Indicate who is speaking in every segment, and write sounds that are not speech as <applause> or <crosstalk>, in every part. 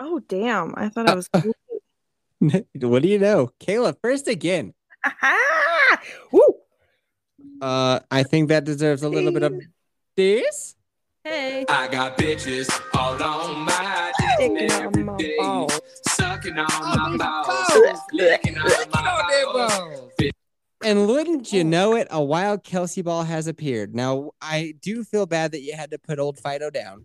Speaker 1: Oh, damn. I thought
Speaker 2: <laughs>
Speaker 3: <laughs>
Speaker 1: I was.
Speaker 3: what do you know? Kayla, first again.
Speaker 1: Ah! Woo!
Speaker 3: Uh, I think that deserves a little bit of this.
Speaker 1: Hey.
Speaker 4: I got bitches all on my dick and
Speaker 1: Sticking on my
Speaker 4: everything.
Speaker 1: balls.
Speaker 4: Sucking on
Speaker 3: Oh,
Speaker 4: my
Speaker 3: balls.
Speaker 4: balls. Licking on my balls.
Speaker 3: And wouldn't you know it, a wild Kelsey ball has appeared. Now, I do feel bad that you had to put old Fido down.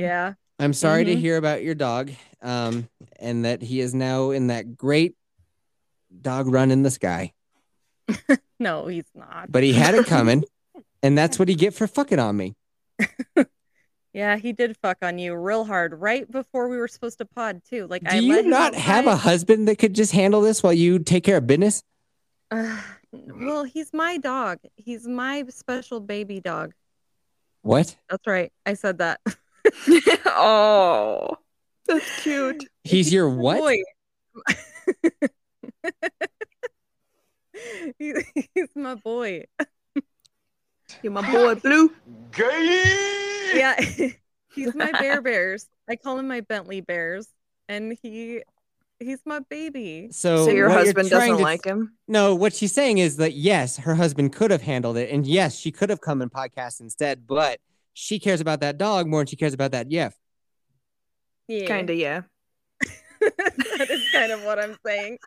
Speaker 2: <laughs>
Speaker 1: yeah.
Speaker 3: I'm sorry to
Speaker 1: Mhm.
Speaker 3: hear about your dog, um, and that he is now in that great dog run in the sky.
Speaker 1: No, he's not.
Speaker 3: But he had it coming, and that's what he get for fucking on me.
Speaker 1: <laughs> Yeah, he did fuck on you real hard right before we were supposed to pod too. Like, I
Speaker 3: Do you
Speaker 1: let him
Speaker 3: not have a
Speaker 1: outside.
Speaker 3: husband that could just handle this while you take care of business?
Speaker 1: Ugh. <sighs> well, he's my dog. He's my special baby dog.
Speaker 3: What?
Speaker 1: That's right. I said that. <laughs>
Speaker 2: oh, that's cute.
Speaker 3: He's your what?
Speaker 1: Boy. <laughs> He- he's my boy.
Speaker 2: You my
Speaker 4: <laughs>
Speaker 2: boy, Blue.
Speaker 4: Gay.
Speaker 1: Yeah, <laughs> he's my
Speaker 3: <laughs>
Speaker 1: bear bears. I call him my Bentley bears, and he he's my baby.
Speaker 3: So,
Speaker 2: So your
Speaker 3: what you're
Speaker 2: husband
Speaker 3: trying
Speaker 2: doesn't
Speaker 3: to-
Speaker 2: like him.
Speaker 3: No, what she's saying is that yes, her husband could have handled it, and yes, she could have come and podcast instead. But she cares about that dog more than she cares about that Yef.
Speaker 1: Yeah,
Speaker 2: Kind of, yeah.
Speaker 1: <laughs> that is kind of what I'm saying.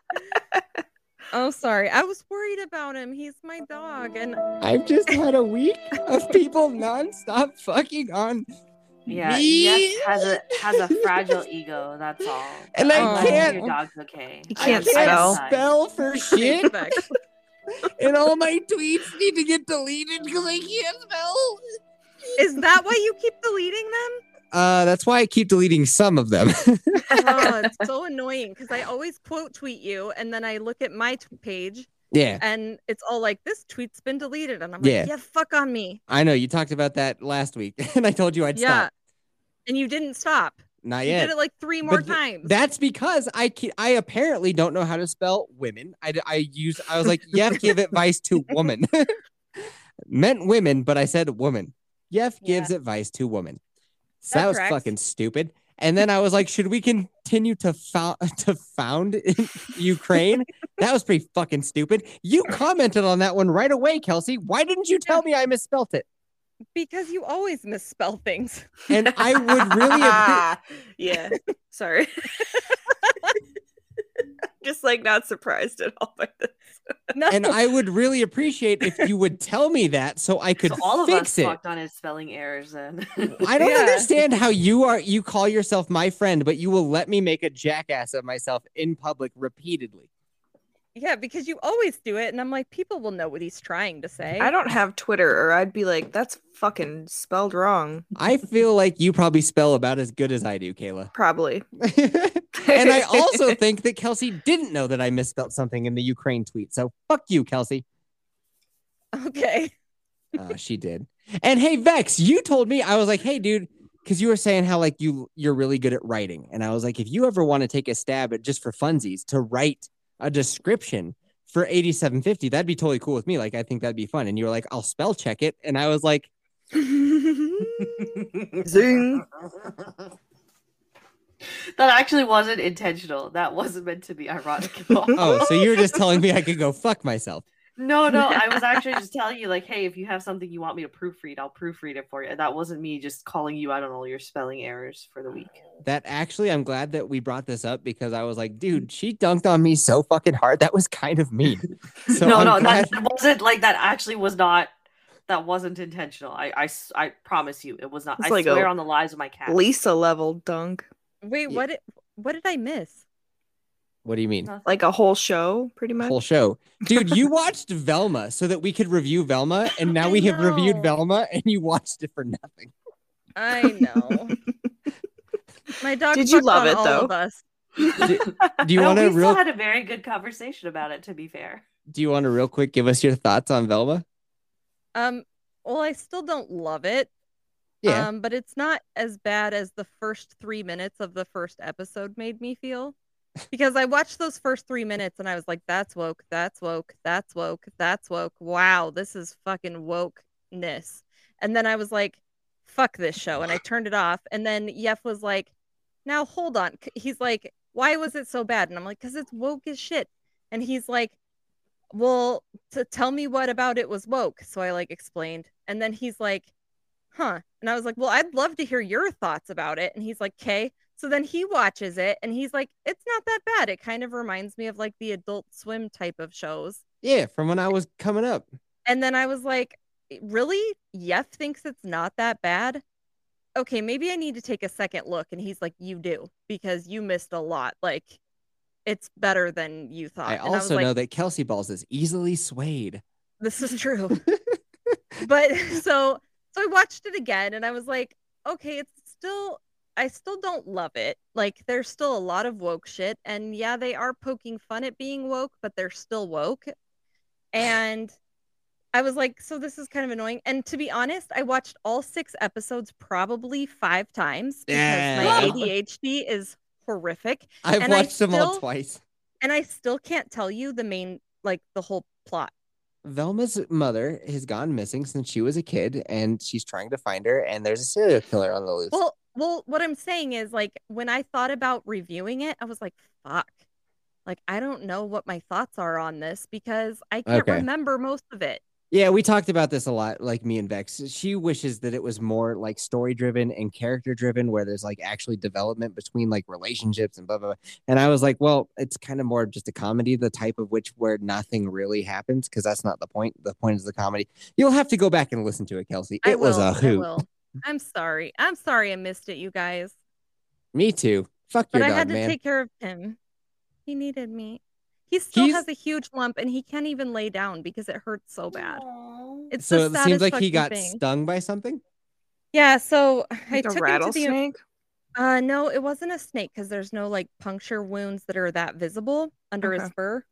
Speaker 1: Oh, sorry. I was worried about him. He's my
Speaker 3: <laughs>
Speaker 1: dog, and
Speaker 3: I've just had a week of people nonstop fucking on,
Speaker 5: Yeah,
Speaker 3: Me?
Speaker 5: Jeff has a has a fragile ego. That's all.
Speaker 3: and
Speaker 1: Oh.
Speaker 3: I
Speaker 5: As long as
Speaker 3: can't.
Speaker 5: Your dog's okay.
Speaker 2: You
Speaker 3: I
Speaker 2: can't
Speaker 3: can't
Speaker 2: spell.
Speaker 3: spell for shit,
Speaker 5: <laughs>
Speaker 1: Back.
Speaker 3: and all my tweets need to get deleted because I can't spell.
Speaker 1: is that why you keep deleting them?
Speaker 3: Uh, that's why I keep deleting some of them. <laughs>
Speaker 1: oh, it's so annoying because I always quote tweet you, and then I look at my t- page,
Speaker 3: yeah,
Speaker 1: and it's all like, "This tweet's been deleted," and I'm
Speaker 3: Yeah.
Speaker 1: like, "Yeah, fuck on me."
Speaker 3: I know you talked about that last week, <laughs> and I told you I'd
Speaker 1: yeah,
Speaker 3: stop.
Speaker 1: and you didn't stop.
Speaker 3: Not
Speaker 1: You
Speaker 3: yet.
Speaker 1: did it like three more
Speaker 3: But th-
Speaker 1: times.
Speaker 3: That's because I ke- I apparently don't know how to spell women. I, d- I use I was like, Yef
Speaker 1: <laughs>
Speaker 3: give advice to woman. <laughs> Meant women, but I said woman. Yef gives advice to woman. So that
Speaker 1: That
Speaker 3: was
Speaker 1: tracks.
Speaker 3: fucking stupid. And then I was like, should we continue to found <laughs> to found in <laughs> Ukraine? that was pretty fucking stupid. You commented on that one right away, Kelsey. Why didn't you tell me I misspelt it?
Speaker 1: because you always misspell things.
Speaker 3: And I would
Speaker 1: <laughs>
Speaker 3: really appre-
Speaker 2: Ah, yeah. Sorry. <laughs> Just like not surprised at all by this.
Speaker 1: <laughs> No,
Speaker 3: and I would really appreciate if you would tell me that so I could
Speaker 5: So all of us
Speaker 3: fix it.
Speaker 5: fucked on his spelling errors and
Speaker 3: I don't
Speaker 1: Yeah.
Speaker 3: understand how you are you call yourself my friend, but you will let me make a jackass of myself in public repeatedly.
Speaker 1: yeah, because you always do it, and I'm like, people will know what he's trying to say.
Speaker 2: I don't have Twitter, or I'd be like, that's fucking spelled wrong.
Speaker 3: I feel like you probably spell about as good as I do, Kayla. <laughs>
Speaker 2: Probably.
Speaker 3: and I
Speaker 5: <laughs>
Speaker 3: also <laughs> think that Kelsey didn't know that I misspelled something in the Ukraine tweet. So fuck you, Kelsey.
Speaker 1: <laughs> Okay.
Speaker 3: Uh, she did. And hey, Vex, you told me I was like, hey, dude, because you were saying how like you you're really good at writing, and I was like, if you ever want to take a stab at just for funsies to write a description for eighty seven fifty, that'd be totally cool with me. Like, I think that'd be fun. And you were like, I'll spell check it, and I was
Speaker 5: <laughs>
Speaker 3: like,
Speaker 2: <laughs> Zing.
Speaker 5: that actually wasn't intentional. That wasn't meant to be ironic at all.
Speaker 3: <laughs> oh, so you were just telling me I could go fuck myself.
Speaker 5: No, no, I was actually just telling you, like, hey, if you have something you want me to proofread, I'll proofread it for you. That wasn't me just calling you out on all your spelling errors for the week.
Speaker 3: That actually, I'm glad that we brought this up because I was like, dude, she dunked on me so fucking hard. That was kind of
Speaker 5: <laughs>
Speaker 3: mean. <laughs> So
Speaker 5: no,
Speaker 3: I'm
Speaker 5: no,
Speaker 3: glad-
Speaker 5: that wasn't like that. Actually, was not. That wasn't intentional. I, I, s- I promise you, it was not.
Speaker 2: It's
Speaker 5: I
Speaker 2: like oh, a
Speaker 5: swear on the lives of my cat.
Speaker 2: Lisa level dunk.
Speaker 1: Wait,
Speaker 3: Yeah.
Speaker 1: what? Did, what did I miss?
Speaker 3: What do you mean?
Speaker 5: Nothing.
Speaker 2: Like a whole show, pretty much.
Speaker 3: whole show. Dude, you watched Velma so that we could review Velma, and now
Speaker 1: I
Speaker 3: we have reviewed
Speaker 2: <laughs>
Speaker 1: know.
Speaker 3: Velma and you watched it for nothing.
Speaker 1: I know. My dog.
Speaker 2: Did you
Speaker 1: fucked
Speaker 2: love
Speaker 1: on
Speaker 2: it,
Speaker 1: all
Speaker 2: though?
Speaker 1: Of us.
Speaker 3: <laughs> Do
Speaker 5: <laughs>
Speaker 3: you
Speaker 5: No,
Speaker 3: want
Speaker 5: we
Speaker 3: to
Speaker 5: still
Speaker 3: real?
Speaker 5: had a very good conversation about it. To be fair,
Speaker 3: do you want to real quick give us your thoughts on Velma?
Speaker 1: Um. Well, I still don't love it.
Speaker 3: Yeah.
Speaker 1: Um, but it's not as bad as the first three minutes of the first episode made me feel. Because I watched those first three minutes and I was like, that's woke, that's woke, that's woke, that's woke. Wow, this is fucking wokeness. And then I was like, fuck this show. And I turned it off. And then Yef was like, now hold on. C- He's like, why was it so bad? And I'm like, because it's woke as shit. And he's like, well, to tell me what about it was woke. So I like explained. And then he's like, huh. And I was like, well, I'd love to hear your thoughts about it. And he's like, okay. So then he watches it and he's like, it's not that bad. It kind of reminds me of like the adult swim type of shows.
Speaker 3: yeah, from when I was coming up.
Speaker 1: And then I was like, really? Yef thinks it's not that bad. Okay, maybe I need to take a second look. And he's like, you do, because you missed a lot. Like, it's better than you thought.
Speaker 3: I
Speaker 1: And was
Speaker 3: also
Speaker 1: like,
Speaker 3: know that Kelsey Balls is easily swayed.
Speaker 1: this is true. but <laughs> so so I watched it again and I was like, okay, it's still I still don't love it. Like there's still a lot of woke shit and yeah, they are poking fun at being woke, but they're still woke. And I was like, so this is kind of annoying. And to be honest, I watched all six episodes probably five times because
Speaker 3: Yeah.
Speaker 1: my ADHD is horrific
Speaker 3: I've
Speaker 1: And I
Speaker 3: watched them all
Speaker 1: still-
Speaker 3: twice.
Speaker 1: and I still can't tell you the main like the whole plot.
Speaker 3: Velma's mother has gone missing since she was a kid, and she's trying to find her. And there's a serial killer on the loose.
Speaker 1: Well, well, what I'm saying is like when I thought about reviewing it, I was like, fuck. Like I don't know what my thoughts are on this because I can't
Speaker 3: Okay.
Speaker 1: remember most of it.
Speaker 3: Yeah, we talked about this a lot, like me and Vex. She wishes that it was more like story driven and character driven, where there's like actually development between like relationships and blah, blah, blah. And I was like, well, it's kind of more of just a comedy, the type of which where nothing really happens, because that's not the point. The point is the comedy. You'll have to go back and listen to it, Kelsey.
Speaker 1: I
Speaker 3: It was
Speaker 1: will,
Speaker 3: a
Speaker 1: I
Speaker 3: hoot.
Speaker 1: will. I'm sorry. I'm sorry I missed it, you guys.
Speaker 3: Me too. Fuck
Speaker 1: But
Speaker 3: your
Speaker 1: I
Speaker 3: dog,
Speaker 1: had to
Speaker 3: man.
Speaker 1: take care of him. He needed me. He still
Speaker 3: He's-
Speaker 1: has a huge lump and he can't even lay down because it hurts so bad.
Speaker 5: Aw.
Speaker 1: It's
Speaker 3: so
Speaker 1: the
Speaker 3: it seems
Speaker 1: saddest
Speaker 3: like he
Speaker 1: fucking
Speaker 3: got
Speaker 1: thing.
Speaker 3: stung by something.
Speaker 1: Yeah, so I
Speaker 2: Like a
Speaker 1: took him to the
Speaker 2: rattlesnake.
Speaker 1: Uh, no, it wasn't a snake because there's no like puncture wounds that are that visible under his
Speaker 2: Okay.
Speaker 1: fur.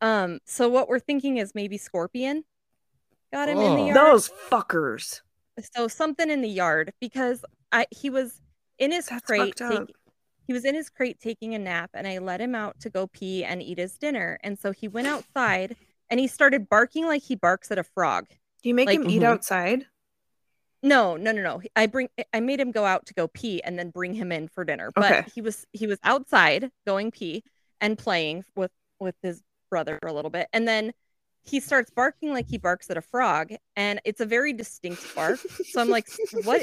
Speaker 1: Um, so what we're thinking is maybe scorpion got him in the
Speaker 3: Oh.
Speaker 1: yard.
Speaker 2: Those fuckers.
Speaker 1: So something in the yard because I he was in his
Speaker 2: That's
Speaker 1: crate.
Speaker 2: fucked up.
Speaker 1: take- he was in his crate taking a nap, and I let him out to go pee and eat his dinner. And so he went outside and he started barking like he barks at a frog.
Speaker 2: Do you make
Speaker 1: Like-
Speaker 2: him eat
Speaker 3: Mhm.
Speaker 2: outside?
Speaker 1: No, no, no, no. I bring I made him go out to go pee and then bring him in for dinner. But
Speaker 2: Okay.
Speaker 1: he was he was outside going pee and playing with with his brother a little bit. And then he starts barking like he barks at a frog and it's a very distinct bark. so I'm like, what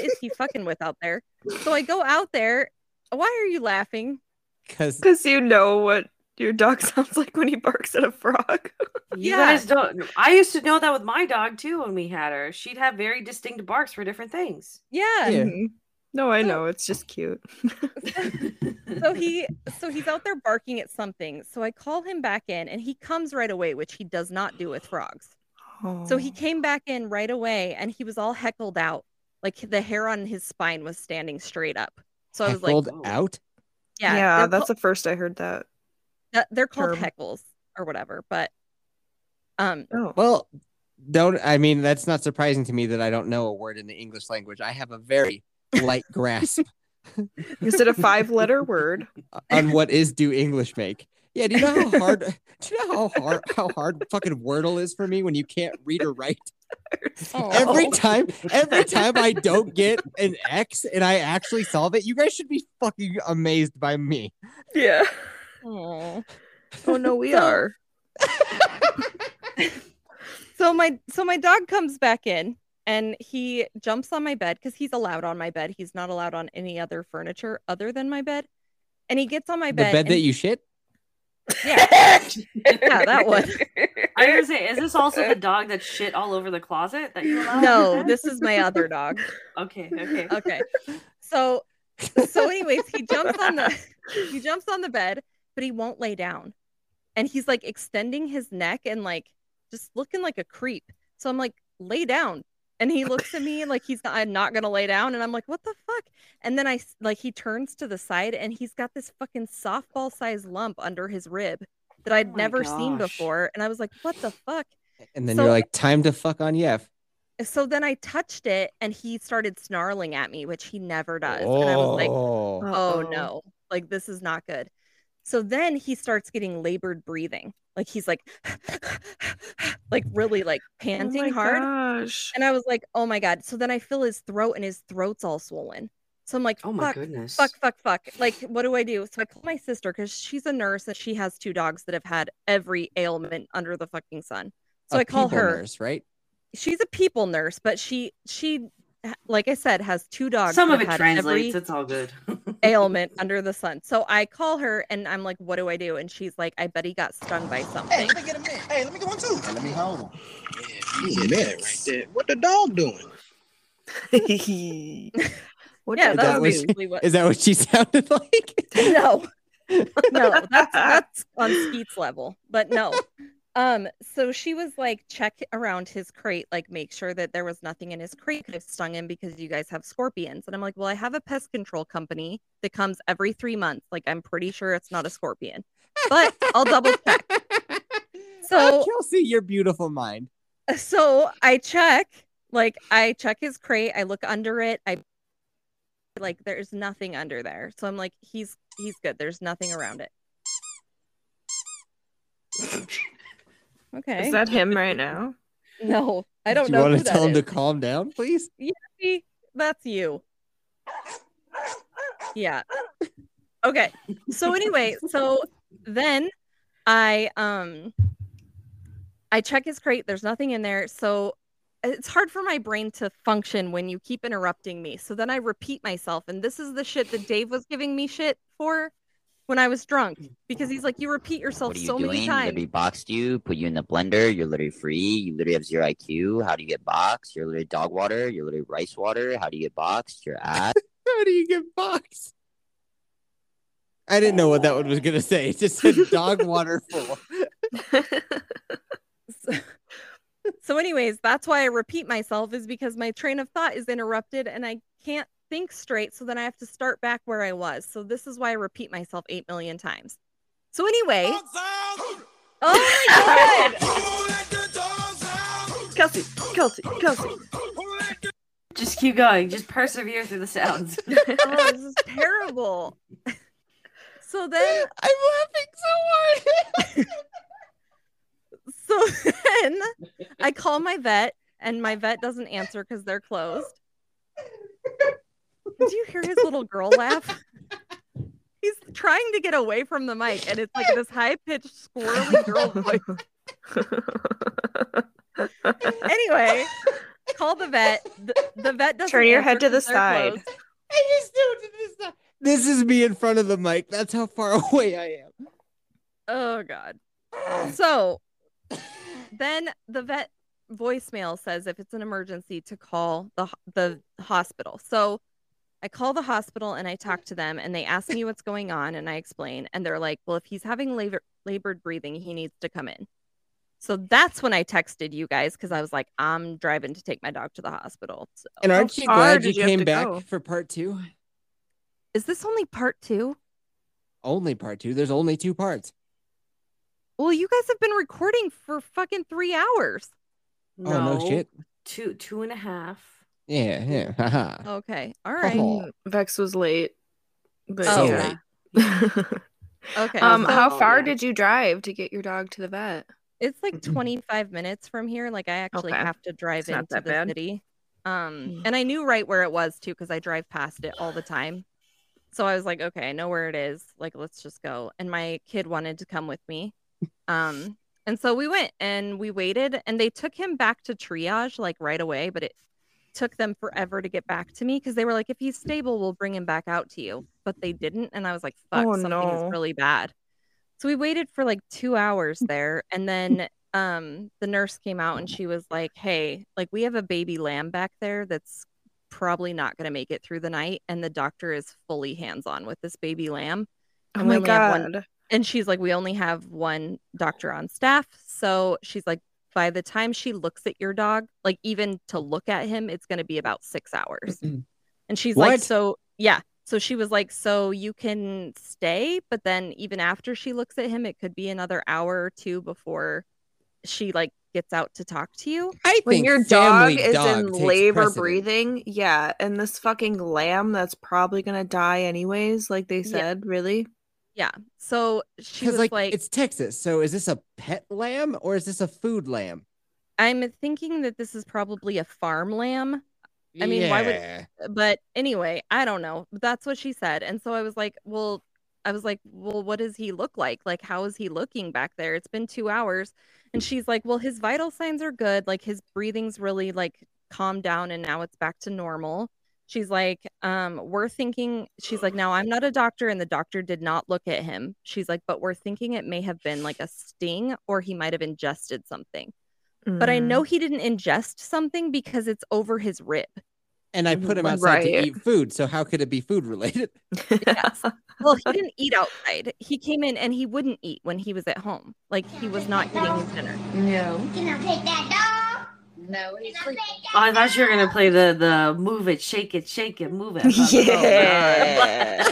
Speaker 2: <laughs>
Speaker 1: is he fucking with out there? So I go out there. Why are you laughing? <laughs>
Speaker 3: Because
Speaker 2: Because you know what your dog <laughs> sounds like when he barks at a frog.
Speaker 5: You
Speaker 1: Yeah.
Speaker 5: guys don't. I used to know that with my dog too. When we had her, she'd have very distinct barks for different things.
Speaker 1: <laughs> Yeah.
Speaker 3: Yeah.
Speaker 2: Mhm. <laughs> No, I
Speaker 1: So-
Speaker 2: know. It's just cute.
Speaker 1: so he so he's out there barking at something. So I call him back in and he comes right away, which he does not do with frogs. So
Speaker 3: Oh.
Speaker 2: Oh.
Speaker 1: he came back in right away and he was all heckled out. Like the hair on his spine was standing straight up. So I was like,
Speaker 3: heckled
Speaker 5: "Oh."
Speaker 3: out.
Speaker 1: yeah,
Speaker 2: yeah,
Speaker 1: they're,
Speaker 2: that's the first I heard that.
Speaker 1: called, they're called
Speaker 2: term.
Speaker 1: heckles or whatever. But um,
Speaker 3: <laughs>
Speaker 2: Oh, <laughs>
Speaker 3: Well, don't I mean that's not surprising to me that I don't know a word in the English language. I have a very light
Speaker 1: <laughs>
Speaker 3: grasp
Speaker 2: is it a five-letter word?
Speaker 3: on what is do English make. Yeah, do you know how hard <laughs> do you know how hard how hard fucking Wordle is for me when you can't read or write?
Speaker 1: oh,
Speaker 3: <laughs> Every time
Speaker 1: <laughs>
Speaker 3: every time I don't get an X and I actually solve it, you guys should be fucking amazed by me.
Speaker 2: Yeah.
Speaker 1: aw.
Speaker 2: Oh no, we
Speaker 1: So-
Speaker 2: are.
Speaker 1: so my so my dog comes back in and he jumps on my bed because he's allowed on my bed. He's not allowed on any other furniture other than my bed. And he gets on my
Speaker 3: The
Speaker 1: bed.
Speaker 3: bed
Speaker 1: and-
Speaker 3: that you shit?
Speaker 1: yeah, <laughs> yeah, that one.
Speaker 5: <laughs> I was gonna say,
Speaker 1: <laughs>
Speaker 5: is this also the dog that shit all over the closet that you
Speaker 3: <laughs>
Speaker 5: allowed?
Speaker 1: No, Oh, this is my other dog.
Speaker 5: Okay, okay.
Speaker 1: okay so so anyways he jumps on the he jumps on the bed but he won't lay down and he's like extending his neck and like just looking like a creep so i'm like lay down And he looks at me like he's not, I'm not gonna lay down, and I'm like, what the fuck? And then I s- like he turns to the side and he's got this fucking softball sized lump under his rib that I'd
Speaker 5: Oh my
Speaker 1: never seen
Speaker 5: gosh.
Speaker 1: before, and I was like, what the fuck?
Speaker 3: And then
Speaker 1: So-
Speaker 3: you're like, time to fuck on Yef.
Speaker 1: So then I touched it and he started snarling at me, which he never does, and I was like,
Speaker 3: Oh.
Speaker 1: oh
Speaker 5: Uh-oh.
Speaker 1: no like this is not good so then he starts getting labored breathing like he's like <laughs> like really like panting
Speaker 2: oh my
Speaker 1: hard <laughs>
Speaker 2: Gosh. <laughs>
Speaker 1: and i was like oh my god so then i feel his throat and his throat's all swollen so i'm like
Speaker 5: Oh my
Speaker 1: fuck
Speaker 5: goodness.
Speaker 1: fuck fuck fuck like what do i do so i call my sister because she's a nurse and she has two dogs that have had every ailment under the fucking sun so
Speaker 3: I
Speaker 1: I call her
Speaker 3: right?
Speaker 1: she's a people nurse but she she like i said has two dogs
Speaker 5: Some
Speaker 1: that
Speaker 5: of it
Speaker 1: have had every-
Speaker 5: translates. It's all good. <laughs>
Speaker 1: ailment under the sun. So I call her and I'm like, what do I do? And she's like, I bet he got stung by
Speaker 3: <laughs>
Speaker 6: me
Speaker 1: something.
Speaker 6: get a minute. Hey, let me get one too.
Speaker 7: Let me hold him.
Speaker 6: Yeah, that right there. What the dog doing?
Speaker 2: What
Speaker 1: yeah,
Speaker 2: did
Speaker 1: that's
Speaker 2: I
Speaker 3: that was-
Speaker 1: basically what.
Speaker 3: Is that what she <laughs> sounded
Speaker 1: <laughs>
Speaker 3: like? <laughs>
Speaker 1: no, <laughs> no, that's that's on Skeet's level, but no. Um, so she was like, check around his crate, like make sure that there was nothing in his crate could have stung him because you guys have scorpions. And I'm like, well, I have a pest control company that comes every three months. Like, I'm pretty sure it's not a scorpion, but I'll double
Speaker 3: <laughs>
Speaker 1: check. So-
Speaker 3: Oh, Kelsey, your beautiful mind.
Speaker 1: so I check, like I check his crate, I look under it, I like there's nothing under there. So I'm like, he's he's good. There's nothing around it. Okay.
Speaker 2: Is that him <laughs> right now?
Speaker 1: no, I don't
Speaker 3: Do
Speaker 1: know.
Speaker 3: You
Speaker 1: who
Speaker 3: want to
Speaker 1: that
Speaker 3: tell him to
Speaker 1: is.
Speaker 3: calm down, please?
Speaker 1: See, That's you. Yeah. Okay. So anyway, so then I um I check his crate. There's nothing in there. So it's hard for my brain to function when you keep interrupting me. So then I repeat myself and this is the shit that Dave was giving me shit for when I was drunk because he's like you repeat yourself
Speaker 8: What are you
Speaker 1: so
Speaker 8: doing?
Speaker 1: many
Speaker 8: Somebody
Speaker 1: times.
Speaker 8: boxed you, put you in the blender. You're literally free. You literally have zero IQ. How do you get boxed? You're literally dog water. You're literally rice water. How do you get boxed?
Speaker 1: <laughs>
Speaker 8: Your ass.
Speaker 3: How do you get boxed? I didn't know what that one was gonna say.
Speaker 2: <laughs>
Speaker 3: It just said dog water full.
Speaker 1: So, so anyways, that's why I repeat myself is because my train of thought is interrupted and I can't think straight. So then I have to start back where I was. So this is why I repeat myself 8 million times. So anyway, oh my god.
Speaker 5: Kelsey, Kelsey, Kelsey. Just keep going. Just persevere through
Speaker 1: <laughs>
Speaker 5: the sounds.
Speaker 1: oh, this is terrible. so then
Speaker 3: I'm laughing so hard.
Speaker 1: <laughs> so then I call my vet and my vet doesn't answer because they're closed. Do you hear his little girl laugh? He's trying to get away from the mic and it's like this high pitched squirrely
Speaker 3: <laughs>
Speaker 1: girl voice. Anyway, call the vet. The, the vet doesn't
Speaker 2: Turn your head
Speaker 1: answer
Speaker 2: to the
Speaker 1: 'cause they're
Speaker 2: side.
Speaker 1: closed.
Speaker 3: I just do it to this side. This is me in front of the mic. That's how far <laughs> away I am. <laughs>
Speaker 1: Oh god. So then the vet voicemail says if it's an emergency to call the ho- the hospital. So I call the hospital and I talk to them and they ask me what's going on and I explain and they're like, "Well, if he's having labor- labored breathing, he needs to come in." So that's when I texted you guys cuz I was like, "I'm driving to take my dog to the hospital." So oh,
Speaker 3: And aren't you
Speaker 2: far
Speaker 3: glad you
Speaker 2: did you have
Speaker 3: came
Speaker 2: to
Speaker 3: back
Speaker 2: go?
Speaker 3: for part two?
Speaker 1: is this only part 2?
Speaker 3: Only part two. There's only two parts.
Speaker 1: Well, you guys have been recording for fucking 3 hours.
Speaker 3: Oh no shit.
Speaker 5: Two, two and a half.
Speaker 3: Yeah, yeah. <laughs> haha.
Speaker 1: Okay. All right.
Speaker 3: Oh.
Speaker 2: And Vex was late. But
Speaker 1: So
Speaker 2: yeah.
Speaker 1: Okay.
Speaker 2: <laughs> um,
Speaker 1: so-
Speaker 2: how
Speaker 5: Oh,
Speaker 2: far
Speaker 5: yeah.
Speaker 2: did you drive to get your dog to the vet? <clears throat>
Speaker 1: It's like 25 minutes from here. Like I actually
Speaker 2: Okay.
Speaker 1: have to drive
Speaker 2: It's not
Speaker 1: into the
Speaker 2: that bad.
Speaker 1: city. Um,
Speaker 2: Mm.
Speaker 1: and I knew right where it was too because I drive past it all the time. So I was like, okay, I know where it is. Like, let's just go. And my kid wanted to come with me. Um, and so we went and we waited and they took him back to triage like right away, but it took them forever to get back to me because they were like, if he's stable, we'll bring him back out to you. But they didn't. And I was like, fuck,
Speaker 2: Oh,
Speaker 1: something
Speaker 2: no.
Speaker 1: is really bad. So we waited for like two hours there. And then um, the nurse came out and she was like, hey, like we have a baby lamb back there that's probably not going to make it through the night. And the doctor is fully hands on with this baby lamb.
Speaker 2: Oh
Speaker 1: And we
Speaker 2: my
Speaker 1: only have one
Speaker 2: god.
Speaker 1: and she's like we only have one doctor on staff so she's like by the time she looks at your dog, like even to look at him, it's going to be about six hours. and she's like,
Speaker 3: What?
Speaker 1: so yeah. So she was like, so you can stay, but then even after she looks at him, it could be another hour or two before she like gets out to talk to you.
Speaker 3: I
Speaker 2: when
Speaker 3: think
Speaker 2: your dog
Speaker 3: family
Speaker 2: is in
Speaker 3: takes
Speaker 2: labor
Speaker 3: precedent.
Speaker 2: breathing yeah and this fucking lamb that's probably gonna die anyways like they
Speaker 1: Yeah.
Speaker 2: said really
Speaker 1: Yeah. So she was
Speaker 3: Because
Speaker 1: like,
Speaker 3: like, it's Texas, so is this a pet lamb or is this a food lamb?
Speaker 1: I'm thinking that this is probably a farm lamb. I mean, why would-
Speaker 3: Yeah.
Speaker 1: but anyway, I don't know. That's what she said. And so I was like, well, I was like, well, what does he look like? Like, how is he looking back there? It's been two hours. And she's like, well, his vital signs are good. Like, his breathing's really like calmed down and now it's back to normal. She's like, um, we're thinking, she's like, now I'm not a doctor and the doctor did not look at him. She's like, but we're thinking it may have been like a sting or he might have ingested something. But I
Speaker 2: Mm.
Speaker 1: know he didn't ingest something because it's over his rib.
Speaker 3: And I put him
Speaker 2: Right.
Speaker 3: outside to eat food, so how could it be food related?
Speaker 2: Mm. <laughs>
Speaker 1: Yes. well, he didn't eat outside. He came in and he wouldn't eat when he was at home. Like he was not eating his dinner.
Speaker 7: No. Can I pick that dog? No, he's sleeping.
Speaker 5: Oh, I thought you were gonna play the the move it, shake it, shake it, move it.
Speaker 2: Oh,
Speaker 1: <laughs>
Speaker 2: <laughs> yeah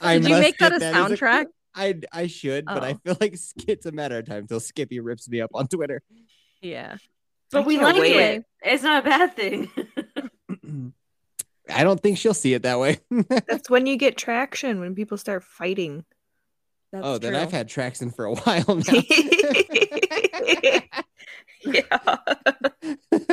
Speaker 3: I
Speaker 1: <laughs> Did you
Speaker 3: must
Speaker 1: make that
Speaker 3: get
Speaker 1: a
Speaker 3: that as
Speaker 1: soundtrack?
Speaker 3: I I should, but I
Speaker 1: Oh.
Speaker 3: feel like <laughs> it's a matter of time until Skippy rips me up on Twitter.
Speaker 1: Yeah.
Speaker 5: <laughs> But we
Speaker 2: can't
Speaker 5: like
Speaker 2: wait.
Speaker 5: it. It's not a bad thing. <laughs>
Speaker 3: I don't think she'll see it that way. <laughs>
Speaker 2: that's when you get traction when people start fighting
Speaker 1: That's
Speaker 3: oh, then
Speaker 1: true.
Speaker 3: I've had Traxon for a
Speaker 1: <laughs>
Speaker 3: while now.
Speaker 2: <laughs>
Speaker 3: <laughs>
Speaker 2: yeah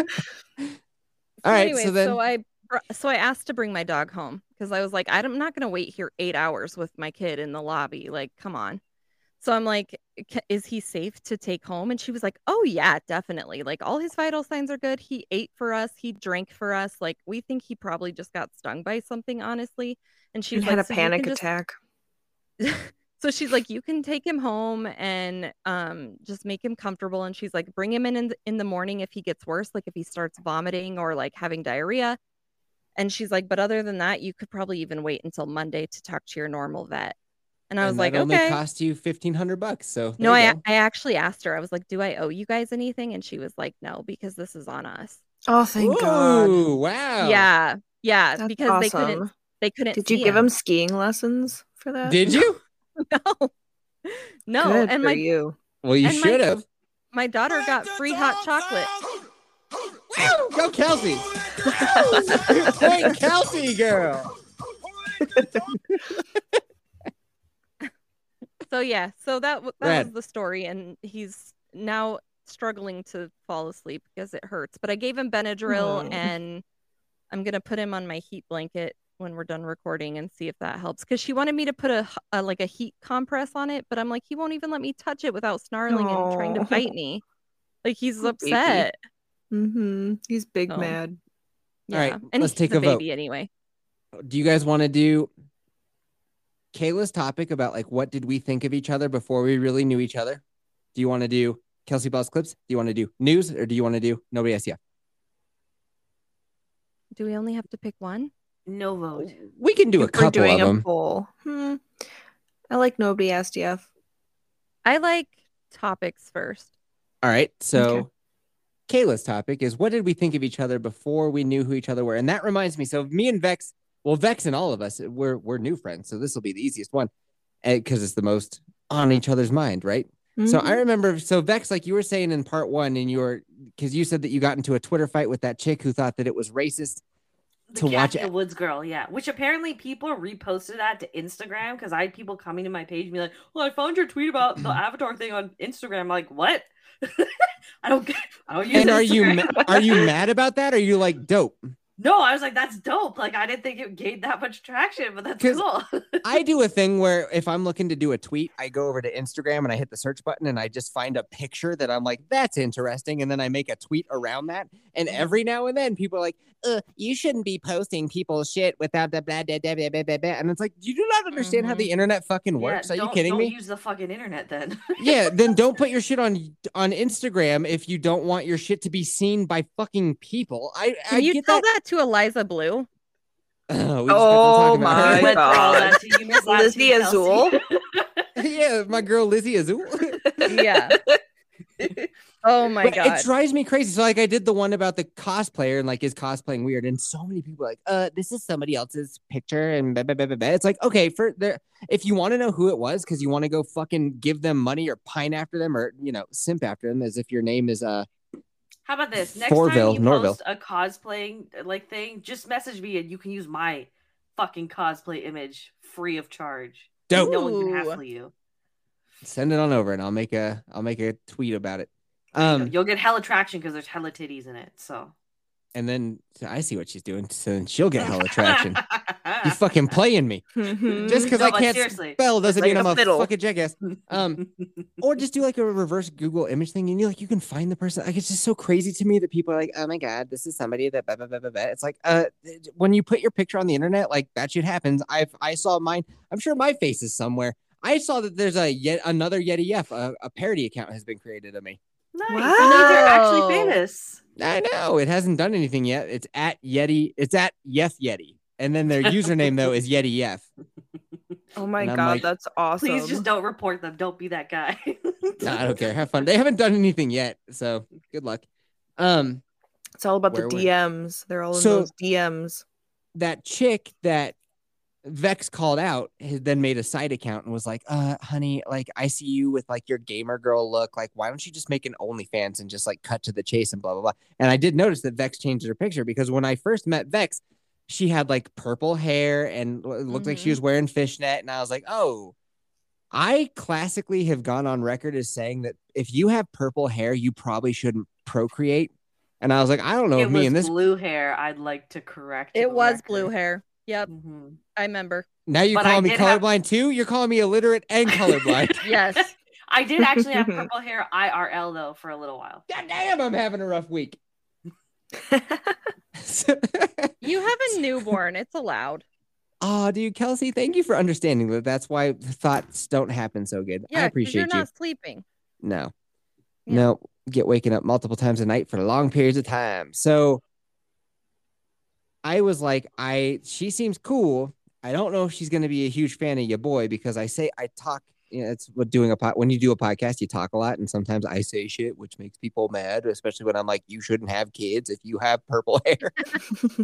Speaker 3: All right,
Speaker 1: anyway,
Speaker 3: so then
Speaker 1: I br- so I asked to bring my dog home because I was like, I'm not gonna wait here eight hours with my kid in the lobby. Like, come on. So I'm like, "Ca- is he safe to take home? And she was like, oh yeah, definitely. Like all his vital signs are good. He ate for us. He drank for us. Like we think he probably just got stung by something, honestly. And she
Speaker 2: she
Speaker 1: was
Speaker 2: had
Speaker 1: like,
Speaker 2: a
Speaker 1: "So you
Speaker 2: panic
Speaker 1: can just
Speaker 2: attack
Speaker 1: so she's like you can take him home and um just make him comfortable and she's like bring him in in the, in the morning if he gets worse like if he starts vomiting or like having diarrhea and she's like but other than that you could probably even wait until monday to talk to your normal vet and i was
Speaker 3: And
Speaker 1: like
Speaker 3: that only
Speaker 1: okay
Speaker 3: cost you fifteen hundred bucks. So
Speaker 1: no
Speaker 3: there
Speaker 1: I,
Speaker 3: you
Speaker 1: I actually asked her i was like do i owe you guys anything and she was like no because this is on us
Speaker 2: oh
Speaker 3: go.
Speaker 2: thank god
Speaker 3: Ooh, wow.
Speaker 1: yeah yeah
Speaker 2: that's
Speaker 1: because they couldn't
Speaker 2: awesome
Speaker 1: they couldn't
Speaker 2: did you
Speaker 1: see
Speaker 2: give him skiing lessons for that
Speaker 3: Did
Speaker 1: <laughs>
Speaker 3: you?
Speaker 1: no no
Speaker 2: Good
Speaker 1: and
Speaker 2: for
Speaker 1: my
Speaker 2: you
Speaker 3: Well, you
Speaker 1: And my-
Speaker 3: should have.
Speaker 1: my daughter got free hot chocolate
Speaker 3: Go, Kelsey. Hey, Kelsey
Speaker 6: <laughs>
Speaker 3: girl.
Speaker 1: So yeah, so that w- that
Speaker 3: Rad.
Speaker 1: was the story, and he's now struggling to fall asleep because it hurts. But I gave him Benadryl,
Speaker 2: Oh.
Speaker 1: and I'm gonna put him on my heat blanket when we're done recording and see if that helps. Because she wanted me to put a, h- a- like a heat compress on it, but I'm like, he won't even let me touch it without snarling and trying to
Speaker 2: Aw.
Speaker 1: bite me. Like he's
Speaker 2: Poor baby.
Speaker 1: upset.
Speaker 2: mm-hmm he's big
Speaker 1: Oh.
Speaker 2: mad
Speaker 3: All
Speaker 1: Yeah,
Speaker 3: right,
Speaker 1: and
Speaker 3: let's
Speaker 1: he's
Speaker 3: take
Speaker 1: a
Speaker 3: a vote.
Speaker 1: baby anyway.
Speaker 3: Do you guys want to do Kayla's topic about like what did we think of each other before we really knew each other? Do you want to do Kelsey Bell's clips? Do you want to do news or do you want to do nobody else? Yeah.
Speaker 1: Do we only have to pick one?
Speaker 5: no vote.
Speaker 3: We can do a
Speaker 2: Oh, If
Speaker 3: couple
Speaker 2: we're doing
Speaker 3: of them.
Speaker 2: a poll hmm. i like nobody asked jeff
Speaker 1: I like topics first.
Speaker 3: All right. So Kayla's topic is what did we think of each other before we knew who each other were? And that reminds me. So me and Vex, well, Vex and all of us, we're we're new friends. So this will be the easiest one because it's the most on each other's mind, right? So
Speaker 5: Mm-hmm.
Speaker 3: I remember. So Vex, like you were saying in part one, in your because you said that you got into a Twitter fight with that chick who thought that it was racist.
Speaker 5: The
Speaker 3: To watch
Speaker 5: Kathy
Speaker 3: it.
Speaker 5: Woods girl, yeah. Which apparently people reposted that to Instagram because I had people coming to my page and be like, "Well, I found your tweet about
Speaker 3: <clears throat>
Speaker 5: the Avatar thing on Instagram." I'm like, what? <laughs> I don't. get- I don't use.
Speaker 3: and are you ma-
Speaker 5: Instagram."
Speaker 3: are you mad about that? Or are you like dope?
Speaker 5: <laughs> No, I was like, that's dope. Like, I didn't think it gained that much traction, but that's
Speaker 3: 'Cause-
Speaker 5: cool.
Speaker 3: I do a thing where if I'm looking to do a tweet, I go over to Instagram and I hit the search button and I just find a picture that I'm like, that's interesting. And then I make a tweet around that. And every now and then people are like, uh, you shouldn't be posting people's shit without the blah, blah, blah, blah, blah, blah, blah. And it's like, you do not understand how the internet fucking works.
Speaker 5: <laughs>
Speaker 3: are
Speaker 5: Mm-hmm. Yeah,
Speaker 3: you
Speaker 5: don't-
Speaker 3: kidding
Speaker 5: don't
Speaker 3: me?
Speaker 5: Use the fucking internet then.
Speaker 3: yeah, then don't put your shit on on Instagram if you don't want your shit to be seen by fucking people. I, I
Speaker 1: Can you
Speaker 3: get
Speaker 1: tell
Speaker 3: that.
Speaker 1: that to Eliza Blue?
Speaker 3: <sighs> Oh,
Speaker 2: Oh <laughs>
Speaker 5: You
Speaker 2: My
Speaker 3: <laughs>
Speaker 5: went through all
Speaker 2: God.
Speaker 5: that to- you missed that to
Speaker 2: Lizzie
Speaker 5: Kelsey.
Speaker 2: Azul?
Speaker 3: yeah, my girl Lizzie Azul.
Speaker 1: Yeah. <laughs> Oh my
Speaker 3: But
Speaker 1: god.
Speaker 3: It drives me crazy. So like I did the one about the cosplayer and like is cosplaying weird, and so many people are like, uh, this is somebody else's picture and blah, blah, blah, blah, blah. it's like okay for there if you want to know who it was because you want to go fucking give them money or pine after them or you know simp after them as if your name is uh
Speaker 5: How about this? Next
Speaker 3: Forville,
Speaker 5: time you
Speaker 3: Norville.
Speaker 5: post a cosplaying like thing, just message me and you can use my fucking cosplay image free of charge.
Speaker 3: dope.
Speaker 5: No one can
Speaker 1: Ooh.
Speaker 5: hassle you.
Speaker 3: Send it on over, and I'll make a I'll make a tweet about it.
Speaker 5: You know,
Speaker 3: Um,
Speaker 5: You'll get hella traction because there's hella titties in it. So
Speaker 3: and then so I see what she's doing, so then she'll get hell attraction.
Speaker 5: <laughs>
Speaker 2: <laughs>
Speaker 3: you fucking playing me
Speaker 1: Hmm.
Speaker 2: Mm-hmm.
Speaker 1: <laughs>
Speaker 3: just because
Speaker 5: No,
Speaker 3: I
Speaker 5: but
Speaker 3: can't
Speaker 5: seriously.
Speaker 3: spell doesn't
Speaker 2: Like
Speaker 3: mean
Speaker 2: a
Speaker 3: I'm a
Speaker 2: fiddle.
Speaker 3: fucking jackass. Um, or just do like a reverse Google image thing, and you like you can find the person. Like it's just so crazy to me that people are like, "Oh my god, this is somebody that." Blah, blah, blah, blah, blah. It's like, uh, th- when you put your picture on the internet, like that shit happens. I I saw mine. I'm sure my face is somewhere. I saw that there's a yet another Yeti F, a, a parody account has been created of me.
Speaker 5: <laughs> nice.
Speaker 2: Wow.
Speaker 5: That means you're
Speaker 1: No.
Speaker 5: actually famous.
Speaker 3: I know it hasn't done anything yet. It's at Yeti. It's at Yef Yeti, and
Speaker 2: <laughs>
Speaker 3: then their username though is Yeti Yef.
Speaker 2: Oh my
Speaker 3: And I'm
Speaker 2: god,
Speaker 3: like,
Speaker 2: that's awesome.
Speaker 5: Please just don't report them. Don't be that guy.
Speaker 3: No, I don't
Speaker 5: <laughs>
Speaker 3: care. Have fun. They haven't done anything yet, so good luck. Um,
Speaker 2: It's all about the
Speaker 3: Where we-
Speaker 2: DMs. They're all in
Speaker 3: So-
Speaker 2: those <laughs>
Speaker 1: <laughs>
Speaker 2: DMs.
Speaker 3: that chick that Vex called out had then made a side account and was like, "Uh, honey, like I see you with like your gamer girl look. Like, why don't you just make an OnlyFans and just like cut to the chase and blah blah blah." And I did notice that Vex changed her picture because when I first met Vex, she had like purple hair and l- looked like she
Speaker 1: Mhm.
Speaker 3: was
Speaker 5: Mm-hmm.
Speaker 3: wearing fishnet, and I was like, "Oh." I classically have gone on record as saying that if you have purple hair, you probably shouldn't procreate. And I was like, I don't know if
Speaker 5: it
Speaker 3: me
Speaker 5: was
Speaker 3: and this
Speaker 5: blue hair. I'd like to correct.
Speaker 1: it was blue hair. Yep,
Speaker 5: hmm
Speaker 1: I remember.
Speaker 3: Now you're
Speaker 5: But I
Speaker 3: calling me
Speaker 5: did have-
Speaker 3: colorblind too? You're calling me illiterate and colorblind. <laughs>
Speaker 1: Yes.
Speaker 5: I did actually have purple hair IRL though for a little while.
Speaker 3: God damn, I'm having a rough week.
Speaker 1: <laughs>
Speaker 3: <laughs>
Speaker 1: You have a newborn. It's allowed.
Speaker 3: oh, dude, Kelsey, thank you for understanding that. That's why thoughts don't happen so good.
Speaker 1: Yeah,
Speaker 3: I
Speaker 1: 'cause
Speaker 3: appreciate
Speaker 1: you're
Speaker 3: you.
Speaker 1: not sleeping.
Speaker 3: No.
Speaker 1: Yeah.
Speaker 3: No. Get waking up multiple times a night for long periods of time. So I was like, I she seems cool. I don't know if she's gonna be a huge fan of your boy because I say I talk. You know, it's what doing a pot when you do a podcast, you talk a lot, and sometimes I say shit, which makes people mad, especially when I'm like, you shouldn't have kids if you have purple <laughs> hair.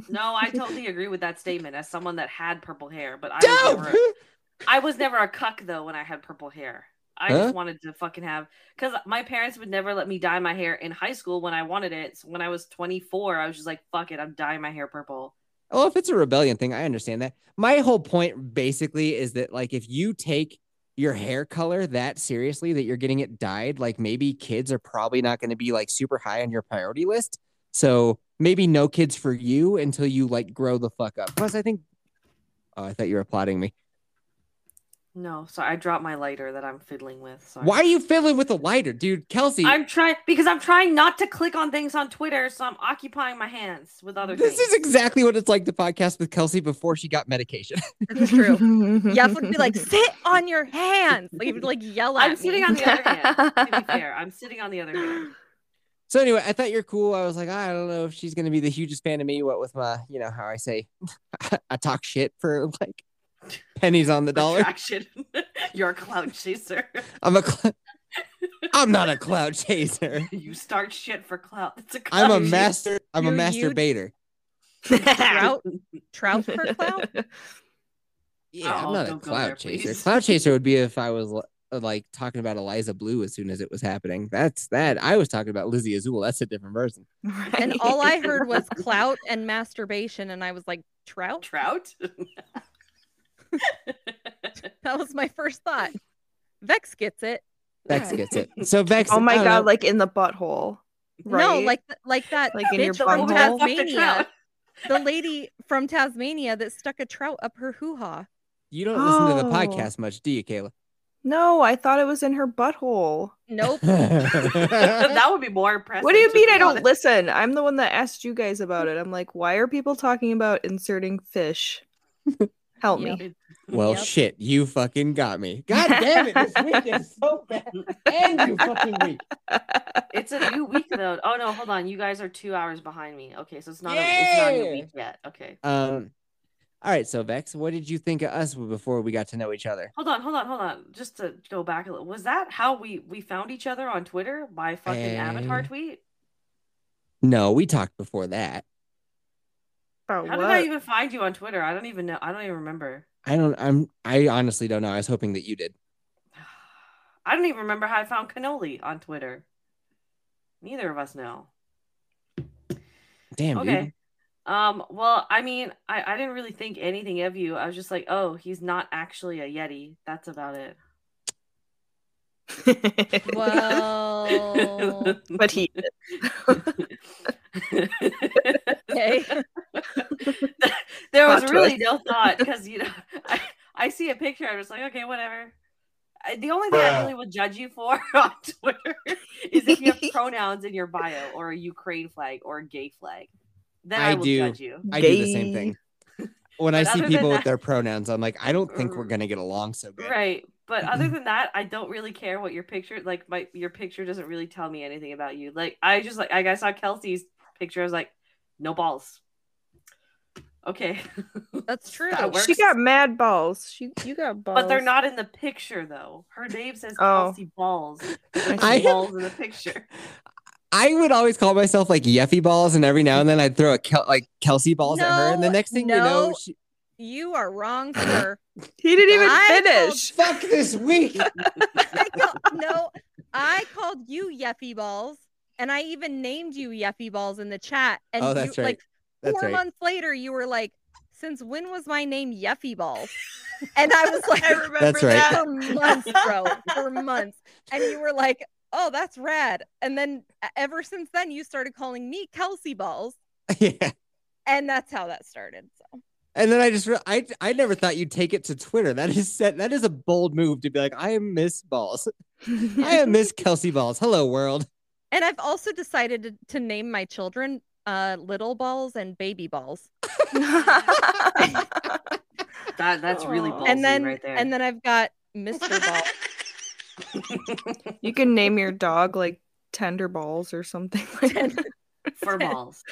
Speaker 5: No, I totally agree with that statement as someone that had purple hair, but I was
Speaker 3: Dope.
Speaker 5: never,
Speaker 3: <laughs>
Speaker 5: I was never a cuck though when I had purple hair. I
Speaker 3: Huh?
Speaker 5: just wanted to fucking have because my parents would never let me dye my hair in high school when I wanted it. So when I was 24, I was just like, fuck it, I'm dyeing my hair purple.
Speaker 3: Well, if it's a rebellion thing, I understand that. My whole point basically is that like if you take your hair color that seriously that you're getting it dyed, like maybe kids are probably not going to be like super high on your priority list. So maybe no kids for you until you like grow the fuck up. Plus, I think Oh, I thought you were applauding me.
Speaker 5: No, so I dropped my lighter that I'm fiddling with. Sorry.
Speaker 3: Why are you fiddling with the lighter, dude? Kelsey,
Speaker 5: I'm trying because I'm trying not to click on things on Twitter, so I'm occupying my hands with other
Speaker 3: this
Speaker 5: things.
Speaker 3: is exactly what it's like to podcast with Kelsey before she got medication.
Speaker 1: It's true. Yef would
Speaker 2: <laughs>
Speaker 1: be like, sit on your hands. Like, he would like yell at
Speaker 5: I'm sitting
Speaker 1: me.
Speaker 5: on the other
Speaker 1: <laughs>
Speaker 5: hand. To be
Speaker 2: <laughs>
Speaker 5: fair, I'm sitting on the other hand.
Speaker 3: So anyway, I thought you're cool. I was like, I don't know if she's gonna be the hugest fan of me. What with my, you know, how I say, <laughs> I talk shit for like pennies on the dollar.
Speaker 5: Attraction. <laughs> You're a cloud chaser. <laughs>
Speaker 3: I'm a, cl- I'm not a cloud chaser.
Speaker 5: you start shit for clout. It's a
Speaker 3: I'm a
Speaker 5: clout chase. <laughs>
Speaker 3: master. I'm a
Speaker 1: You- you-
Speaker 3: masturbator.
Speaker 1: trout,
Speaker 2: <laughs>
Speaker 1: trout for clout.
Speaker 3: Yeah, I'm
Speaker 5: Oh,
Speaker 3: not a
Speaker 5: don't go
Speaker 3: cloud
Speaker 5: there,
Speaker 3: chaser.
Speaker 5: please.
Speaker 3: Cloud
Speaker 5: <laughs>
Speaker 3: chaser would be if I was li- like talking about Eliza Blue as soon as it was happening. That's that. I was talking about Lizzie Azul. That's a different person.
Speaker 1: And all I heard was clout and masturbation. And I was like, trout? <laughs>
Speaker 5: trout.
Speaker 1: That was my first thought. Vex gets it.
Speaker 3: Vex gets it. So Vex.
Speaker 2: Oh my
Speaker 3: I don't
Speaker 2: god,
Speaker 3: know.
Speaker 2: like in the butthole. Right?
Speaker 1: No, like th- like that
Speaker 2: Like
Speaker 5: <laughs>
Speaker 2: in your
Speaker 1: bitch
Speaker 5: the
Speaker 1: from
Speaker 5: woman that
Speaker 2: butthole?
Speaker 5: fucked a
Speaker 1: Tasmania,
Speaker 5: trout. <laughs>
Speaker 1: the lady from Tasmania that stuck a trout up her hoo ha.
Speaker 3: you don't listen to the
Speaker 2: Oh.
Speaker 3: podcast much, do you, Kayla?
Speaker 2: No, I thought it was in her butthole.
Speaker 3: <laughs>
Speaker 1: Nope.
Speaker 5: <laughs> that would be more impressive.
Speaker 2: What do you
Speaker 5: to
Speaker 2: mean
Speaker 5: be
Speaker 2: I don't
Speaker 5: honest.
Speaker 2: listen? I'm the one that asked you guys about it. I'm like, why are people talking about inserting
Speaker 5: <laughs>
Speaker 2: fish? Help
Speaker 1: Yeah.
Speaker 2: me.
Speaker 3: Well,
Speaker 1: Yep.
Speaker 3: shit, you fucking got me. God damn it, this week <laughs> is so bad. And you fucking week.
Speaker 2: <laughs>
Speaker 5: It's a new week though. Oh no, hold on. You guys are two hours behind me. Okay, so it's not a, it's not a new
Speaker 3: Yeah.
Speaker 5: week yet. Okay.
Speaker 3: Um, All right, so Vex, what did you think of us before we got to know each other?
Speaker 5: Hold on, hold on, hold on. Just to go back a little, was that how we we found each other on Twitter by fucking
Speaker 3: Eh.
Speaker 5: avatar tweet?
Speaker 3: No, we talked before that.
Speaker 2: About
Speaker 5: How
Speaker 2: what?
Speaker 5: did I even find you on Twitter? I don't even know. I don't even remember. <sighs>
Speaker 3: I don't. I'm. I honestly don't know. I was hoping that you did.
Speaker 5: I don't even remember how I found cannoli on Twitter. Neither of us know.
Speaker 3: Damn,
Speaker 5: Okay.
Speaker 3: dude.
Speaker 5: Um, well, I mean, I, I didn't really think anything of you. I was just like, oh, he's not actually a Yeti. That's about it. <laughs>
Speaker 1: Well,
Speaker 2: <laughs> but he <laughs>
Speaker 1: okay.
Speaker 5: there
Speaker 2: Plot
Speaker 5: was really no thought because you know <laughs> I, I see a picture i'm just like okay whatever I, the only thing i
Speaker 4: Bruh.
Speaker 5: really would judge you for <laughs> on twitter is if you have pronouns in your bio or a ukraine flag or a gay flag then i,
Speaker 3: I
Speaker 5: will
Speaker 3: do.
Speaker 5: judge you
Speaker 3: I do the same
Speaker 2: Gay.
Speaker 3: thing. When I
Speaker 5: But
Speaker 3: see
Speaker 5: other than
Speaker 3: people with
Speaker 5: that-
Speaker 3: their pronouns, I'm like, I don't think we're gonna get along so good. <laughs>
Speaker 5: right but other than that i don't really care what your picture like my your picture doesn't really tell me anything about you like i just like i saw kelsey's picture i was like no balls okay <laughs>
Speaker 1: That's true.
Speaker 5: That works.
Speaker 2: she got mad balls. She you got balls.
Speaker 5: But they're not in the picture though. Her name says
Speaker 2: Oh.
Speaker 5: Kelsey Balls. There's
Speaker 3: I-
Speaker 5: balls in the picture.
Speaker 3: I would always call myself like Yeffy balls, and every now and then I'd throw a Kel- like Kelsey balls at her, and the
Speaker 1: No,
Speaker 3: next thing you
Speaker 1: no.
Speaker 3: know, she-
Speaker 1: You are wrong, sir.
Speaker 2: He didn't even
Speaker 1: I told-
Speaker 2: finish.
Speaker 3: fuck this week.
Speaker 1: I call- no, I called you Yeffy Balls, and I even named you Yeffy Balls in the chat. And
Speaker 3: Oh, that's
Speaker 1: you,
Speaker 3: right.
Speaker 1: like
Speaker 3: That's
Speaker 1: four
Speaker 3: right.
Speaker 1: months later, you were like, "Since when was my name Yeffy Balls?" And I <laughs> was like,
Speaker 2: I remember
Speaker 3: <laughs> That's right.
Speaker 2: that.
Speaker 5: <laughs>
Speaker 1: for months, bro, for months. And you were like, "Oh, that's rad." And then e- ever since then, you started calling me Kelsey Balls,
Speaker 3: <laughs> yeah.
Speaker 1: and that's how that started. So
Speaker 3: And then I just re- I I never thought you'd take it to Twitter. That is set. That is a bold move to be like, I am Miss Balls. I am <laughs> Miss Kelsey Balls. Hello world.
Speaker 1: And I've also decided to, to name my children uh, Little Balls and Baby Balls.
Speaker 5: That that's really
Speaker 2: Aw.
Speaker 5: ballsy
Speaker 1: and then
Speaker 5: right there.
Speaker 1: and then I've got Mr.
Speaker 5: <laughs>
Speaker 1: Ball.
Speaker 2: <laughs> you can name your dog like tender balls or something <laughs> like
Speaker 1: Ten-
Speaker 2: that. <laughs>
Speaker 5: for balls.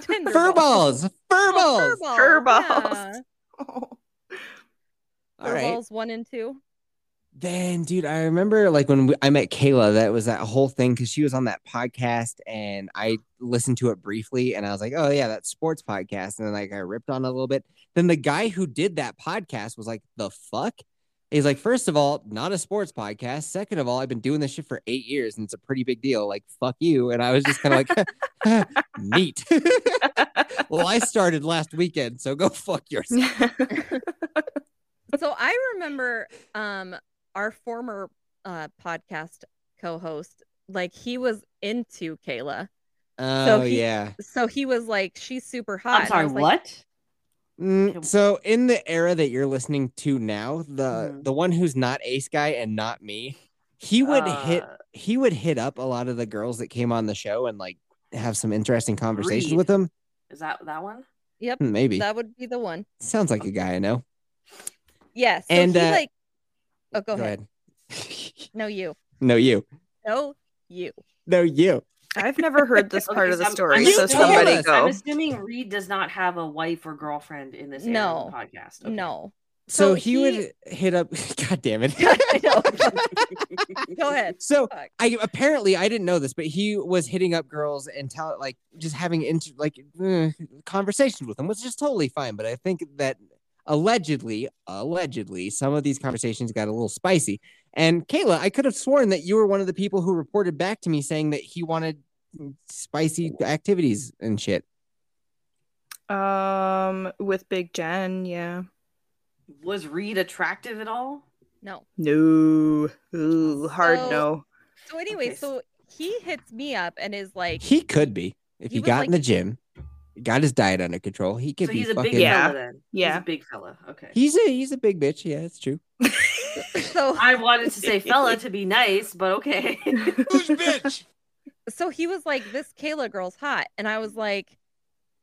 Speaker 1: Tinder
Speaker 3: Fur
Speaker 1: Ball.
Speaker 3: balls. Fur
Speaker 1: Oh,
Speaker 3: balls.
Speaker 2: Fur balls.
Speaker 1: Yeah.
Speaker 2: Oh.
Speaker 3: <laughs> All
Speaker 1: Fur
Speaker 3: right.
Speaker 1: balls one and two.
Speaker 3: Then, dude, I remember like when we, I met Kayla, that was that whole thing because she was on that podcast and I listened to it briefly and I was like, oh, yeah, that sports podcast. And then like I ripped on it a little bit. Then the guy who did that podcast was like, the fuck? He's like, first of all, not a sports podcast. Second of all, I've been doing this shit for eight years and it's a pretty big deal. Like, fuck you. And I was just kind of like, <laughs> neat. well, I started last weekend, so go fuck yourself.
Speaker 1: So I remember um our former uh podcast co-host, like he was into Kayla.
Speaker 3: Oh,
Speaker 1: he-
Speaker 3: yeah.
Speaker 1: So he was like, She's super hot.
Speaker 5: I'm
Speaker 1: And I
Speaker 5: sorry,
Speaker 1: was like,
Speaker 5: what?
Speaker 3: Mm,
Speaker 5: Can-
Speaker 3: so in the era that you're listening to now, the
Speaker 1: Mm-hmm.
Speaker 5: Mhm.
Speaker 3: the one who's not Ace Guy and not me, he would hit
Speaker 5: Uh,
Speaker 3: he would hit up a lot of the girls that came on the show and like have some interesting conversations
Speaker 5: Reed.
Speaker 3: with them.
Speaker 5: Is that that one?
Speaker 1: Yep.
Speaker 3: Hmm, Maybe
Speaker 1: That Oh, would be the one.
Speaker 3: sounds like a guy I know.
Speaker 1: Yeah. So
Speaker 3: And,
Speaker 1: he
Speaker 3: uh,
Speaker 1: like Oh, go, ahead.
Speaker 3: ahead. <laughs>
Speaker 1: No, you.
Speaker 3: no, you,
Speaker 1: No, you.
Speaker 3: no, you.
Speaker 2: <laughs> I've never heard this part
Speaker 5: <laughs> Okay,
Speaker 2: of the
Speaker 5: so I'm-
Speaker 2: story,
Speaker 5: I'm
Speaker 3: You
Speaker 2: so
Speaker 3: tell
Speaker 2: somebody
Speaker 3: us.
Speaker 2: go.
Speaker 5: I'm assuming Reed does not have a wife or girlfriend in this
Speaker 1: No.
Speaker 5: era of the podcast.
Speaker 1: No.
Speaker 3: So,
Speaker 1: So
Speaker 3: he,
Speaker 1: he-
Speaker 3: would hit up. <laughs> God damn it.
Speaker 1: <laughs> I know.
Speaker 3: <laughs>
Speaker 1: Go ahead.
Speaker 3: So
Speaker 1: Fuck.
Speaker 3: I apparently I didn't know this, but he was hitting up girls and tell like just having inter- like eh, conversations with them, which is totally fine. But I think that allegedly, allegedly, some of these conversations got a little spicy. And Kayla, I could have sworn that you were one of the people who reported back to me saying that he wanted spicy activities and shit.
Speaker 2: Um, with Big Jen, yeah.
Speaker 5: Was Reed attractive at all?
Speaker 1: No.
Speaker 2: No, Ooh, hard
Speaker 1: So-
Speaker 2: no.
Speaker 1: So anyway,
Speaker 5: Okay,
Speaker 1: so he hits me up and is like,
Speaker 3: He <laughs> could be if
Speaker 1: He
Speaker 3: he,
Speaker 1: was,
Speaker 3: got in the
Speaker 1: like-
Speaker 3: gym, got his diet under control. He could
Speaker 5: so
Speaker 3: be
Speaker 5: he's a
Speaker 3: fucking.
Speaker 5: big
Speaker 2: Yeah.
Speaker 5: fella then. He's
Speaker 2: Yeah.
Speaker 5: a big fella. Okay.
Speaker 3: He's a he's a big bitch. Yeah, it's true.
Speaker 1: so
Speaker 5: I wanted
Speaker 3: <laughs>
Speaker 5: to say fella to be nice, but okay. <laughs>
Speaker 4: Who's bitch?
Speaker 1: so he was like, this Kayla girl's hot, and I was like,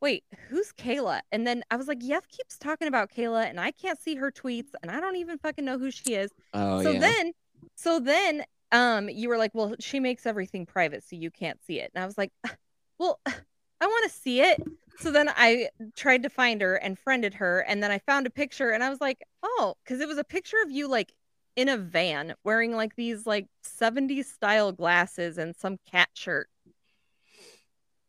Speaker 1: wait, who's Kayla? And then I was like, Yef keeps talking about Kayla, and I can't see her tweets, and I don't even fucking know who she is.
Speaker 3: Oh
Speaker 1: so
Speaker 3: yeah.
Speaker 1: then, so then, um, you were like, "Ah, well, <sighs> she makes everything private, so you can't see it, and I was like, well. I want to see it. So then I tried to find her and friended her. And then I found a picture and I was like, oh, because it was a picture of you like in a van wearing like these like 70s style glasses and some cat shirt.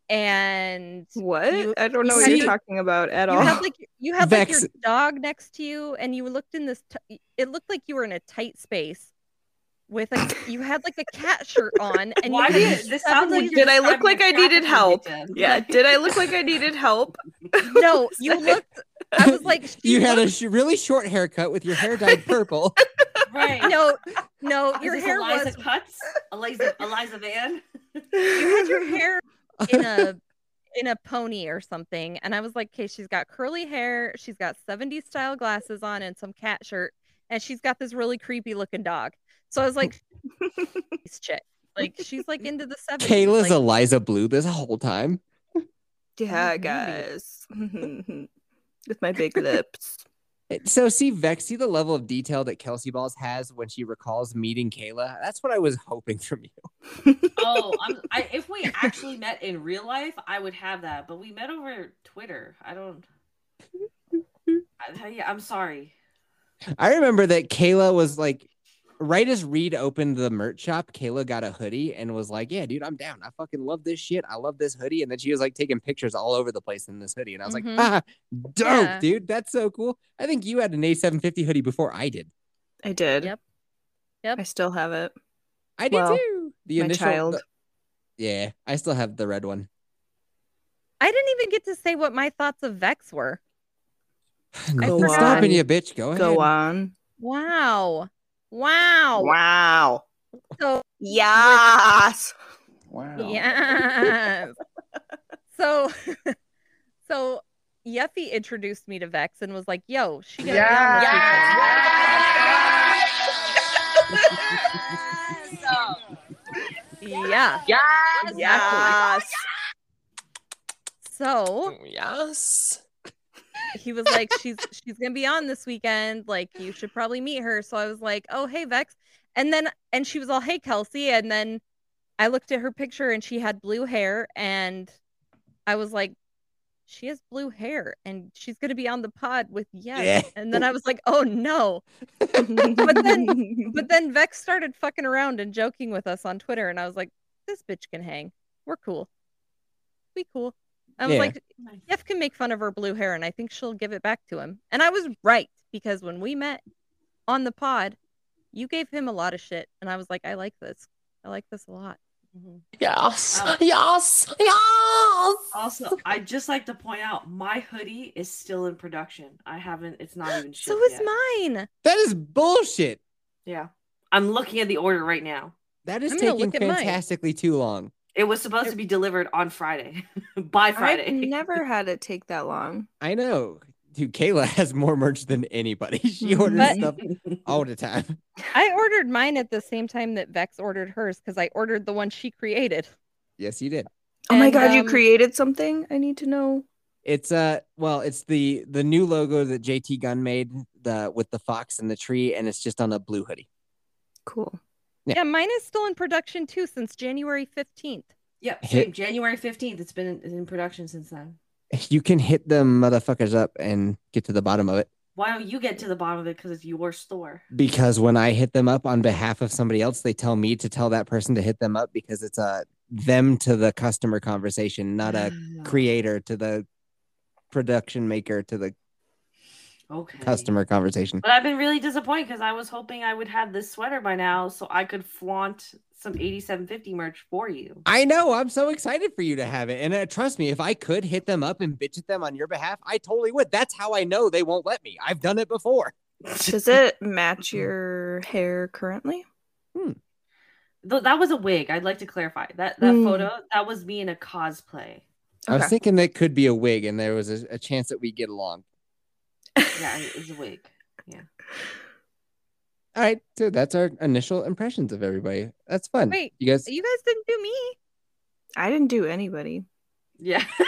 Speaker 1: And
Speaker 2: <laughs> What?
Speaker 1: You-
Speaker 2: I don't know
Speaker 1: you
Speaker 2: what you're
Speaker 1: had-
Speaker 2: talking about at
Speaker 1: you
Speaker 2: all.
Speaker 1: had like you
Speaker 3: <laughs>
Speaker 1: had like your
Speaker 3: Vex-
Speaker 1: dog next to you, and you looked in this. T- it looked like you were in a tight space with a.
Speaker 3: <laughs>
Speaker 1: You had like a cat shirt on, and
Speaker 5: Why
Speaker 1: you
Speaker 5: do
Speaker 1: had
Speaker 5: you,
Speaker 1: these
Speaker 5: this sounds like
Speaker 1: seventies-
Speaker 5: you're
Speaker 2: Did I look
Speaker 5: describing
Speaker 2: like
Speaker 5: a
Speaker 2: I needed
Speaker 5: trafficking
Speaker 2: help?
Speaker 5: victim.
Speaker 2: yeah. Did I look like I needed help?
Speaker 1: <laughs> No, you looked.
Speaker 3: <laughs>
Speaker 1: I was like, she
Speaker 3: you had a
Speaker 1: looked-
Speaker 3: sh- really short haircut with your
Speaker 1: <laughs>
Speaker 3: hair dyed purple.
Speaker 5: <laughs> right?
Speaker 1: no, no.
Speaker 5: <laughs> Is
Speaker 1: Your
Speaker 5: this
Speaker 1: hair
Speaker 5: Eliza
Speaker 1: was.
Speaker 5: Cuts, Eliza, Eliza Van.
Speaker 1: You had your hair in a in a pony or something, and I was like, okay, she's got curly hair, she's got '70s style glasses on, and some cat shirt, and she's got this really creepy looking dog. So I
Speaker 3: <laughs>
Speaker 1: was like, this chick. Like she's like into the 70s.
Speaker 3: Kayla's
Speaker 1: like,
Speaker 3: Eliza Blue this whole time.
Speaker 2: <laughs> yeah,
Speaker 1: maybe.
Speaker 2: guys. <laughs> With my big
Speaker 1: <laughs>
Speaker 2: lips.
Speaker 3: So see Vex, see the level of detail that Kelsey Balls has when she recalls meeting Kayla. That's what I was hoping from you.
Speaker 5: Oh, I'm, I, if we actually met in real life, I would have that. But we met over Twitter. I don't. I, yeah, I'm sorry.
Speaker 3: I remember that Kayla was like, right as Reed opened the merch shop, Kayla got a hoodie and was like, "Yeah, dude, I'm down. I fucking love this shit. I love this hoodie." And then she was like taking pictures all over the place in this hoodie, and I was
Speaker 1: Mhm.
Speaker 3: like, "Ah, dope,
Speaker 1: Yeah.
Speaker 3: dude. That's so cool." I think you had an A750 hoodie before I did.
Speaker 2: I did.
Speaker 1: Yep. Yep.
Speaker 2: I still have it.
Speaker 3: I did
Speaker 2: Well,
Speaker 3: too. The
Speaker 2: my child.
Speaker 3: the- yeah, I still have the red one. <laughs>
Speaker 1: I didn't even get to say what my thoughts of Vex were.
Speaker 3: Nothing
Speaker 2: forgot.
Speaker 3: stopping you, bitch. Go ahead.
Speaker 2: Go on.
Speaker 1: Wow. Wow.
Speaker 2: Wow.
Speaker 1: So
Speaker 2: Yes.
Speaker 6: Wow.
Speaker 1: yeah. so <laughs> so Yuffie introduced me to Vex and was like, yo, she got yeah. Yeah.
Speaker 7: Yes.
Speaker 2: Yes.
Speaker 1: So
Speaker 9: Yes.
Speaker 1: he was like, She's she's gonna be on this weekend. Like, you should probably meet her. So I was like, Oh, hey, Vex. And then and she was all, Hey, Kelsey. And then I looked at her picture and she had blue hair and I was like, she has blue hair and she's gonna be on the pod with yes.
Speaker 3: Yeah.
Speaker 1: And then I was like, oh no.
Speaker 2: but <laughs>
Speaker 1: then- <laughs> But then Vex started fucking around and joking with us on Twitter, and I was like, this bitch can hang. We're cool. We cool. I was
Speaker 3: Yeah.
Speaker 1: like, Jeff can make fun of her blue hair, and I think she'll give it back to him. And I was right because when we met on the pod, you gave him a lot of shit, and I was like, I like this. I like this a lot. Mm-hmm.
Speaker 9: Yes.
Speaker 5: Oh.
Speaker 9: Yes. Yes.
Speaker 1: Oh.
Speaker 5: Also, I'd just like to point out my hoodie is still in production. I haven't. It's not even.
Speaker 1: So
Speaker 5: shipped
Speaker 1: is
Speaker 5: yet.
Speaker 1: mine.
Speaker 3: That is bullshit.
Speaker 5: Yeah, I'm looking at the order right now.
Speaker 3: That is
Speaker 1: I'm gonna
Speaker 3: taking
Speaker 1: look at mine.
Speaker 3: fantastically too long.
Speaker 5: It was supposed to be delivered on Friday, <laughs> by Friday.
Speaker 2: I've never had it take that long.
Speaker 3: I know. Dude, Kayla <laughs> has more merch than anybody. <laughs> She
Speaker 2: Mhm.
Speaker 3: orders
Speaker 1: But-
Speaker 3: stuff all the time.
Speaker 1: <laughs>
Speaker 3: <laughs>
Speaker 1: I ordered mine at the same time that Vex ordered hers because I ordered the one she created.
Speaker 3: Yes, you did.
Speaker 2: Oh my
Speaker 1: And,
Speaker 2: god, you
Speaker 1: um,
Speaker 2: created something? I need to know.
Speaker 3: It's uh well, it's the the new logo that JT Gunn made the with the fox and the tree, and it's just on a blue hoodie. <laughs>
Speaker 2: Cool.
Speaker 3: Yeah.
Speaker 1: Yeah, mine is still in production too since January 15th.
Speaker 5: <laughs> Yep,
Speaker 3: Hit-
Speaker 5: same, January fifteenth. It's been in, in production since then.
Speaker 3: You can hit them motherfuckers up and get to the bottom of it.
Speaker 5: Why don't you get to the bottom of it? Because it's your store.
Speaker 3: Because when I hit them up on behalf of somebody else, they tell me to tell that person to hit them up because it's a them to the customer conversation,
Speaker 2: <sighs>
Speaker 3: not a creator to the production maker to the
Speaker 5: okay.
Speaker 3: customer conversation.
Speaker 5: But I've been really disappointed because I was hoping I would have this sweater by now, so I could flaunt some eighty-seven fifty merch
Speaker 3: <laughs>
Speaker 5: for you.
Speaker 3: I know. I'm so excited for you to have it. And uh, trust me, if I could hit them up and bitch at them on your behalf, I totally would. That's how I know they won't let me. I've done it before.
Speaker 1: <laughs>
Speaker 2: Does it match your hair currently?
Speaker 5: Though that was a wig. I'd like to clarify that that
Speaker 2: Mm.
Speaker 5: photo that was me in a cosplay.
Speaker 3: I was
Speaker 2: Okay.
Speaker 3: thinking that could be a wig and there was a, a chance that we get along.
Speaker 5: Yeah, it was a wig.
Speaker 3: All right. So that's our initial impressions of everybody. That's fun.
Speaker 1: Wait,
Speaker 3: you guys.
Speaker 1: You guys didn't do me.
Speaker 2: I didn't do anybody.
Speaker 5: Yeah, <laughs>
Speaker 1: What the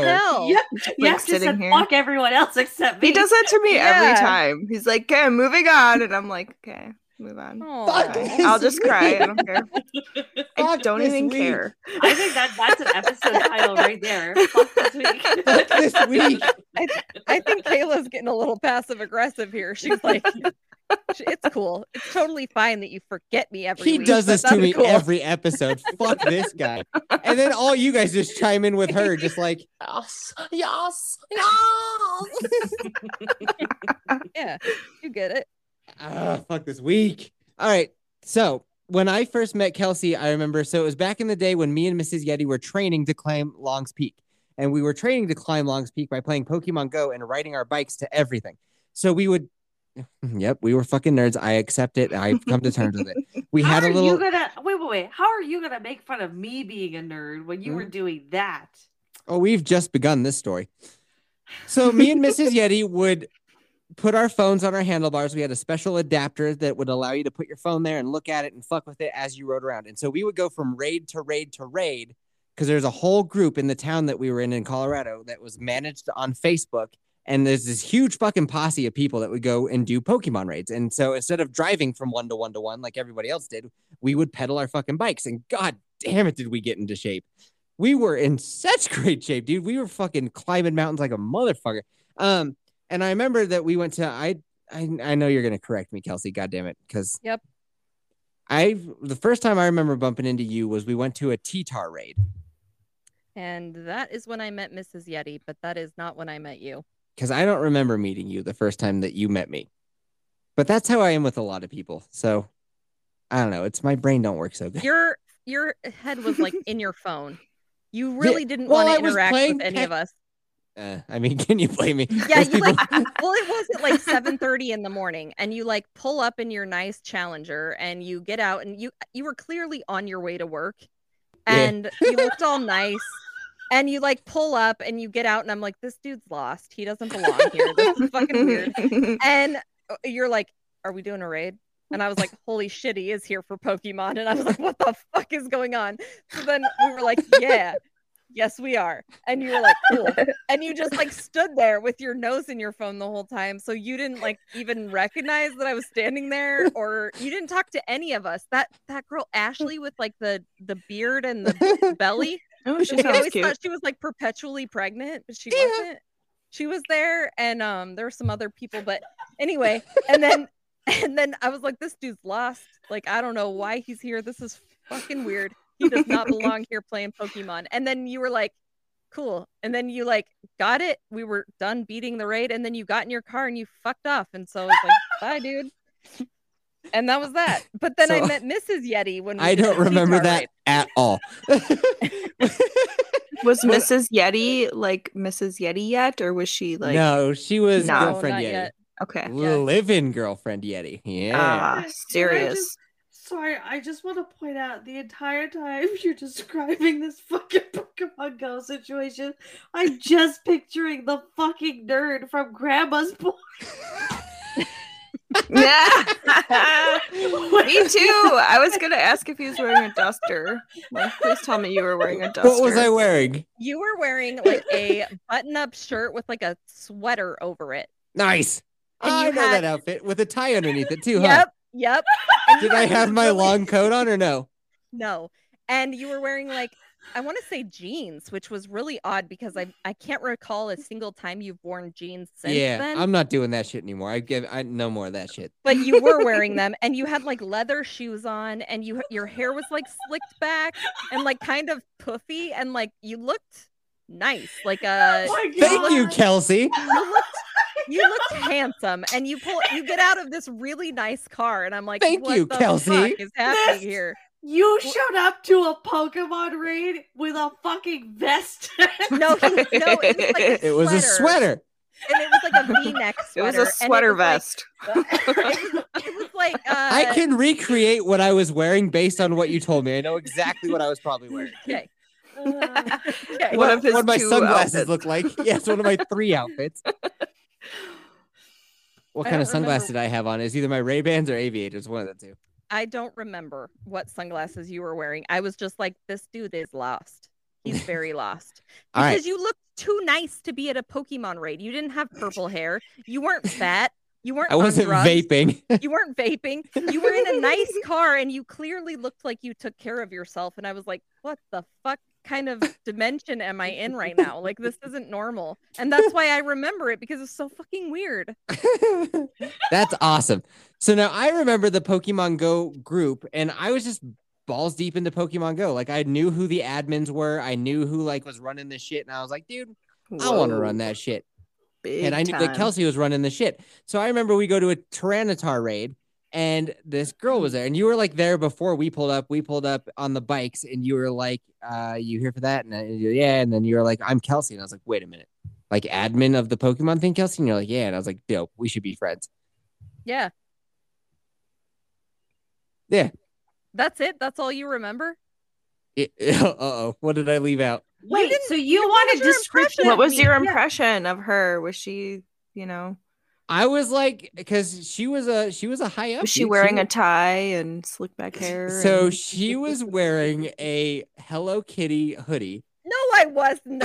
Speaker 3: Oh,
Speaker 1: hell?
Speaker 5: yeah.
Speaker 2: Just,
Speaker 5: yeah.
Speaker 2: like
Speaker 5: Just
Speaker 2: sitting
Speaker 5: said,
Speaker 2: here.
Speaker 5: fuck everyone else except me.
Speaker 2: He does that to me
Speaker 1: Yeah.
Speaker 2: every time. He's like, okay, moving on. And I'm like, okay. Move on.
Speaker 1: Aw.
Speaker 2: Fine. I'll just cry. I don't care. I
Speaker 3: Fuck
Speaker 2: don't
Speaker 3: this
Speaker 2: even
Speaker 3: week.
Speaker 2: care.
Speaker 5: <laughs> I think that that's an episode title right there. Fuck
Speaker 2: <laughs>
Speaker 5: this week.
Speaker 3: Fuck this
Speaker 5: <laughs>
Speaker 3: week.
Speaker 1: I think Kayla's getting a little passive aggressive here. She's like, it's cool. It's totally fine that you forget me every
Speaker 3: He
Speaker 1: week,
Speaker 3: does
Speaker 1: but
Speaker 3: this to
Speaker 1: that's
Speaker 3: me
Speaker 1: cool.
Speaker 3: every episode. Fuck this guy. And then all you guys just chime in with her, just like,
Speaker 9: Yes. Yes. Yes.
Speaker 1: Yeah, you get it.
Speaker 3: <laughs> ah, fuck this week. All right. So when I first met Kelsey, I remember. So it was back in the day when me and Mrs. Yeti were training to climb Long's Peak. And we were training to climb Long's Peak by playing Pokemon Go and riding our bikes to everything. So we would, <laughs> yep, we were fucking nerds. I accept it. I've come to terms with it. We
Speaker 5: How
Speaker 3: had a
Speaker 5: are
Speaker 3: little.
Speaker 5: you gonna wait, wait, wait? How are you gonna make fun of me being a nerd when you were
Speaker 3: Mm-hmm.
Speaker 5: doing that?
Speaker 3: Oh, we've just begun this story. So me and Mrs. Yeti would put our phones on our handlebars. We had a special adapter that would allow you to put your phone there and look at it and fuck with it as you rode around. And so we would go from raid to raid to raid because there's a whole group in the town that we were in in Colorado that was managed on Facebook. And there's this huge fucking posse of people that would go and do Pokemon raids. And so instead of driving from one to one to one like everybody else did, we would pedal our fucking bikes. And god damn it, did we get into shape we were in such great shape, dude. We were fucking climbing mountains like a motherfucker. Um, and I remember that we went to I I, I know you're gonna correct me, Kelsey. God damn it, because
Speaker 1: Yep.
Speaker 3: I the first time I remember bumping into you was we went to a T-Tar raid.
Speaker 1: And that is when I met Mrs. Yeti, but that is not when I met
Speaker 3: <laughs>
Speaker 1: you.
Speaker 3: Because I don't remember meeting you the first time that you met me, but that's how I am with a lot of people. So I don't know. It's my brain don't work so good.
Speaker 1: Your your head was like in your phone. You
Speaker 3: Yeah,
Speaker 1: really didn't
Speaker 3: well,
Speaker 1: want
Speaker 3: I
Speaker 1: to
Speaker 3: was
Speaker 1: interact
Speaker 3: playing
Speaker 1: with any
Speaker 3: Pac-
Speaker 1: of us.
Speaker 3: Uh, I mean, <laughs> can you
Speaker 1: <laughs>
Speaker 3: blame me?
Speaker 2: <laughs>
Speaker 1: Yeah,
Speaker 3: Those
Speaker 1: you
Speaker 3: people-
Speaker 1: like well, it was at like seven thirty in the morning, and you like pull up in your nice Challenger, and you get out, and you you were clearly on your way to work,
Speaker 3: Yeah.
Speaker 1: and you looked all nice, and you like pull up, and you get out, and I'm like, this dude's lost. He doesn't belong here. This is
Speaker 2: <laughs>
Speaker 1: fucking weird.
Speaker 2: Oh,
Speaker 1: <laughs> And uh, you're like, are we doing a raid? And I was like, holy shit, he is here for Pokemon. And I was like, what the fuck is going on? So then we were like, yeah, yes, we are. And you were like, cool. And you just like stood there with your nose in your phone the whole time. So you didn't like even recognize that I was standing there or you didn't talk to any of us. That that girl Ashley with like the the beard and the belly.
Speaker 2: Oh, she
Speaker 1: We
Speaker 2: sounds
Speaker 1: always
Speaker 2: cute.
Speaker 1: thought she was like perpetually pregnant, but she wasn't. She was there, and um, there were some other people, but anyway, and then <laughs> and then I was like, this dude's lost. Like, I don't know why he's here. This is fucking weird. He
Speaker 3: <laughs>
Speaker 1: does not belong here playing Pokemon. And then you were like, cool. And then you like got it. We were done beating the raid, and then you got in your car and you fucked off. And so I was
Speaker 3: <laughs>
Speaker 1: like, bye, dude. And that was that. But then I
Speaker 3: So-
Speaker 1: met Mrs. Yeti when we
Speaker 3: I
Speaker 1: <laughs> did
Speaker 3: don't
Speaker 1: the
Speaker 3: remember
Speaker 1: guitar
Speaker 3: that
Speaker 1: raid.
Speaker 3: at
Speaker 1: <laughs>
Speaker 3: all. <laughs>
Speaker 2: Was
Speaker 3: What-
Speaker 2: Mrs. Yeti like Mrs. Yeti yet, or was she like
Speaker 3: no, she was
Speaker 2: No,
Speaker 3: girlfriend
Speaker 1: not
Speaker 3: Yeti.
Speaker 1: yet.
Speaker 2: okay?
Speaker 1: Yeah.
Speaker 3: Live-in girlfriend Yeti. Yeah.
Speaker 2: Ah,
Speaker 5: Can I
Speaker 2: serious.
Speaker 5: just- Sorry, I just want to point out the entire time <laughs> you're describing this fucking Pokemon Go situation, I'm just picturing the fucking nerd from Grandma's <laughs> Boy.
Speaker 2: <laughs>
Speaker 5: Ah,
Speaker 2: Yeah.
Speaker 5: <laughs>
Speaker 2: Me
Speaker 5: Oh
Speaker 2: too. I was gonna ask if he was wearing a duster. Like, please tell me you were wearing a duster.
Speaker 3: what was I wearing?
Speaker 1: You were wearing like
Speaker 3: <laughs>
Speaker 1: a button-up shirt with like a sweater over it.
Speaker 3: Nice.
Speaker 1: And
Speaker 3: I
Speaker 1: you
Speaker 3: know
Speaker 1: had-
Speaker 3: that outfit with a tie underneath it too,
Speaker 1: Yep, yep.
Speaker 3: huh? Did I have my
Speaker 1: Really?
Speaker 3: long coat on or no?
Speaker 1: No, and you were wearing like I want to say jeans, which was really odd because I I can't recall a single time you've worn jeans <laughs> since
Speaker 3: yeah,
Speaker 1: then.
Speaker 3: I'm not doing that shit anymore. I give I no more of that shit.
Speaker 1: But you
Speaker 3: <laughs>
Speaker 1: were wearing them, and you had like leather shoes on, and you your hair was like slicked back and like kind of puffy, and like you looked nice, like uh, a
Speaker 5: my
Speaker 3: Thank you,
Speaker 5: God.
Speaker 3: Kelsey.
Speaker 1: you looked you looked handsome and you pull you get out of this really nice car and i'm like
Speaker 3: Thank
Speaker 1: what
Speaker 3: you,
Speaker 1: the
Speaker 3: Kelsey.
Speaker 1: fuck is happening
Speaker 5: This-
Speaker 1: here
Speaker 5: You showed up to a Pokemon raid with a fucking
Speaker 3: <laughs>
Speaker 5: vest. <laughs>
Speaker 1: no he, no it was like a
Speaker 3: It was a sweater.
Speaker 1: and it was like a v-neck
Speaker 2: <laughs> It was
Speaker 1: sweater
Speaker 2: a
Speaker 1: and
Speaker 2: sweater
Speaker 1: was like-
Speaker 2: vest.
Speaker 5: Uh, <laughs>
Speaker 1: it was like uh,
Speaker 3: <laughs> I can recreate what I was wearing based on what you told me. I know exactly what I was probably
Speaker 1: <laughs>
Speaker 3: wearing. <laughs>
Speaker 1: okay
Speaker 5: Uh,
Speaker 1: okay
Speaker 2: One
Speaker 3: What-
Speaker 2: of his
Speaker 3: what my
Speaker 2: two
Speaker 3: sunglasses
Speaker 2: outfits.
Speaker 3: look like. Yes, one of my
Speaker 1: <laughs>
Speaker 3: three outfits. What
Speaker 1: I
Speaker 3: kind
Speaker 1: don't
Speaker 3: of sunglasses
Speaker 1: remember-
Speaker 3: did I have on? Is either my Ray Bans or Aviators, one of the two.
Speaker 1: i don't remember what sunglasses you were wearing i was just like this dude is lost
Speaker 3: <laughs>
Speaker 1: he's very lost
Speaker 3: All right.
Speaker 1: because you looked too nice to be at a Pokemon raid. You didn't have purple hair. You weren't fat. You weren't.
Speaker 3: I wasn't
Speaker 1: on drugs. <laughs>
Speaker 3: vaping. <laughs>
Speaker 1: You weren't vaping. You were in a nice car, and you clearly looked like you took care of yourself. And I was like, "What the fuck kind of dimension am I in right now? Like this isn't normal." And that's why I remember it because it's so fucking weird.
Speaker 3: That's awesome. So now I remember the Pokemon Go group, and I was just balls deep into Pokemon Go. Like I knew who the admins were, I knew who like was running the shit, and I was like, dude, I want to
Speaker 2: Whoa.
Speaker 3: run that shit.
Speaker 2: Big
Speaker 3: and I knew
Speaker 2: time.
Speaker 3: that Kelsey was running the shit. So I remember we go to a Tyranitar raid, and this girl was there, and you were like there before we pulled up. We pulled up on the bikes, and you were like, uh, "You here for that?" And I, yeah, and then you were like, "I'm Kelsey," and I was like, "Wait a minute." Like admin of the Pokemon thing, Kelsey, and you're like, yeah, and I was like, dope, we should be friends.
Speaker 1: Yeah.
Speaker 3: Yeah.
Speaker 1: That's it. That's all you remember.
Speaker 3: <laughs> uh oh, what did I leave out?
Speaker 5: Wait, so you want a description?
Speaker 2: What
Speaker 5: of
Speaker 2: was
Speaker 5: me.
Speaker 2: your
Speaker 5: Yeah.
Speaker 2: impression of her? Was she, you know,
Speaker 3: I was like, because she was a she was a high up.
Speaker 2: was she
Speaker 3: dude.
Speaker 2: wearing a
Speaker 3: was-
Speaker 2: tie and slick back hair?
Speaker 3: So
Speaker 2: and-
Speaker 3: she was wearing a Hello Kitty hoodie,
Speaker 1: No, I wasn't.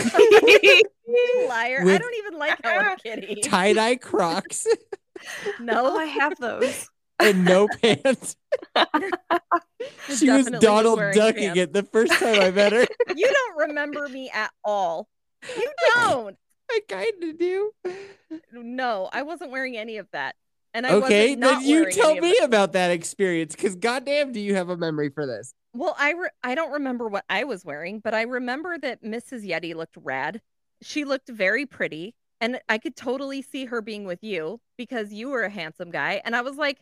Speaker 1: <laughs> You liar. I
Speaker 3: With-
Speaker 1: don't even like Hello Kitty.
Speaker 2: <laughs>
Speaker 3: tie dye Crocs,
Speaker 2: oh,
Speaker 1: No,
Speaker 2: I have those.
Speaker 3: and
Speaker 1: <laughs>
Speaker 3: no pants. She was
Speaker 1: Definitely was
Speaker 3: Donald
Speaker 1: wearing
Speaker 3: ducking
Speaker 1: pants.
Speaker 3: it the first time I met
Speaker 1: <laughs>
Speaker 3: her.
Speaker 1: <laughs> you don't remember me at all. You don't.
Speaker 3: I kind of do.
Speaker 1: No, I wasn't wearing any of that. And I
Speaker 3: Okay,
Speaker 1: wasn't not
Speaker 3: then you
Speaker 1: wearing
Speaker 3: tell
Speaker 1: any of
Speaker 3: me
Speaker 1: it.
Speaker 3: about that experience, because goddamn, do you have a memory for
Speaker 1: <laughs>
Speaker 3: this?
Speaker 1: Well, I re- I don't remember what I was wearing, but I remember that Mrs. Yeti looked rad. She looked very pretty, and I could totally see her being with you because you were a handsome guy, and I was like,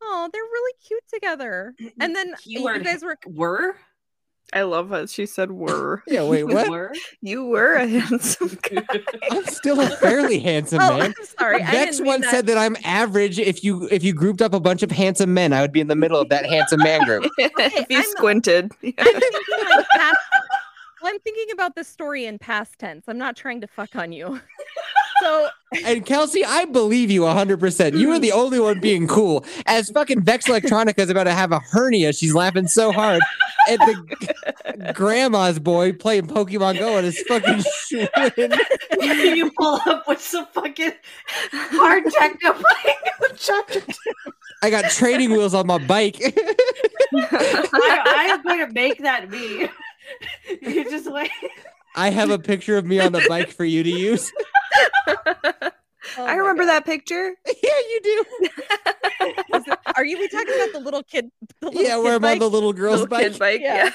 Speaker 1: "Oh, they're really cute together." And
Speaker 5: <clears throat>
Speaker 1: then you
Speaker 5: Keyword.
Speaker 1: guys were
Speaker 5: Were?
Speaker 2: <laughs> I love that she said "were."
Speaker 3: Yeah, wait, what?
Speaker 5: <laughs> Were?
Speaker 2: <laughs> You were a <laughs> handsome guy.
Speaker 3: I'm still a fairly handsome
Speaker 1: <laughs> Oh,
Speaker 3: man.
Speaker 1: I'm sorry. I
Speaker 3: Vex
Speaker 1: didn't mean
Speaker 3: once
Speaker 1: that.
Speaker 3: said that I'm average. If you if you grouped up a bunch of handsome men, I would be in the middle of that handsome man group.
Speaker 2: if you
Speaker 1: I'm-
Speaker 2: squinted, <laughs> Oh
Speaker 1: I'm thinking, like, past- I'm thinking about this story in past tense. I'm not trying to fuck on you. <laughs> So
Speaker 3: And Kelsey, I believe you 100%. You were the only one being cool. As fucking Vex Electronica is about to have a hernia, she's laughing so hard at the g- grandma's boy playing Pokemon Go and his fucking swing.
Speaker 5: you pull up with some fucking hard techno <laughs> playing with Chaka Chaka.
Speaker 3: I got training wheels on my bike. <laughs>
Speaker 5: I, I am going to make that me. <laughs> You just wait.
Speaker 3: I have a picture of me on the bike for you to use. <laughs>
Speaker 1: Oh
Speaker 2: I
Speaker 1: my
Speaker 2: remember
Speaker 1: God.
Speaker 2: that picture.
Speaker 3: yeah, you do.
Speaker 1: Are you we talking about the little kid? The little
Speaker 3: Yeah,
Speaker 1: kid
Speaker 3: where I'm on
Speaker 1: bike?
Speaker 3: the little girl's
Speaker 2: Little
Speaker 3: bike.
Speaker 2: kid bike.
Speaker 1: Yeah.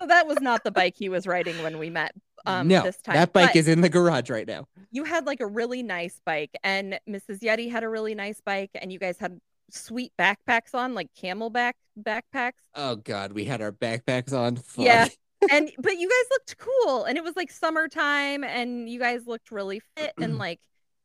Speaker 1: So that was not the bike he was riding when we met. Um,
Speaker 3: no,
Speaker 1: this time.
Speaker 3: that bike
Speaker 1: But
Speaker 3: is in the garage right now.
Speaker 1: You had like a really nice bike, and Mrs. Yeti had a really nice bike, and you guys had sweet backpacks on, like camelback backpacks.
Speaker 3: Oh God, we had our backpacks on. Fuck.
Speaker 1: Yeah. and but you guys looked cool and it was like summertime and you guys looked really fit
Speaker 3: <clears throat>
Speaker 1: and like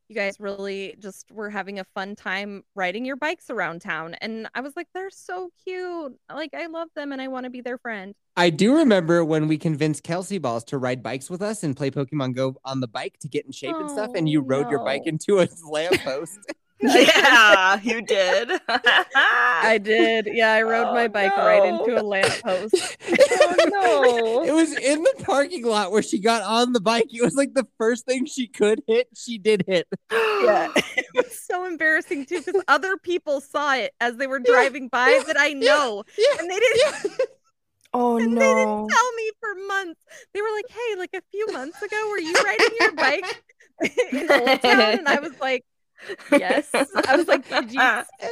Speaker 1: you guys really just were having a fun time riding your bikes around town and i was like they're so cute like i love them and i want to be their friend
Speaker 3: I do remember when we convinced Kelsey Balls to ride bikes with us and play Pokemon Go on the bike to get in shape and stuff, and you
Speaker 1: Oh,
Speaker 3: rode your bike
Speaker 1: no.
Speaker 3: into a
Speaker 1: <laughs>
Speaker 3: lamppost.
Speaker 2: <laughs> yeah, you did. <laughs>
Speaker 1: i did yeah i rode my
Speaker 2: Oh,
Speaker 1: bike right
Speaker 2: no.
Speaker 1: into a lamppost
Speaker 3: <laughs>
Speaker 2: oh
Speaker 3: It was in the parking lot where she got on the bike. It was like the first thing she could hit. She did hit.
Speaker 1: yeah <laughs> it was so embarrassing too because other people saw it as they were
Speaker 3: Yeah,
Speaker 1: driving by
Speaker 3: yeah,
Speaker 1: that i know
Speaker 3: Yeah.
Speaker 1: and they didn't
Speaker 2: <gasps> Oh
Speaker 1: <laughs> and they didn't
Speaker 2: no.
Speaker 1: tell me for months. They were like, "Hey, like a few months ago, were you riding your bike <laughs> in Old Town?" And I was like, "Yes." I was like, "Did <laughs> you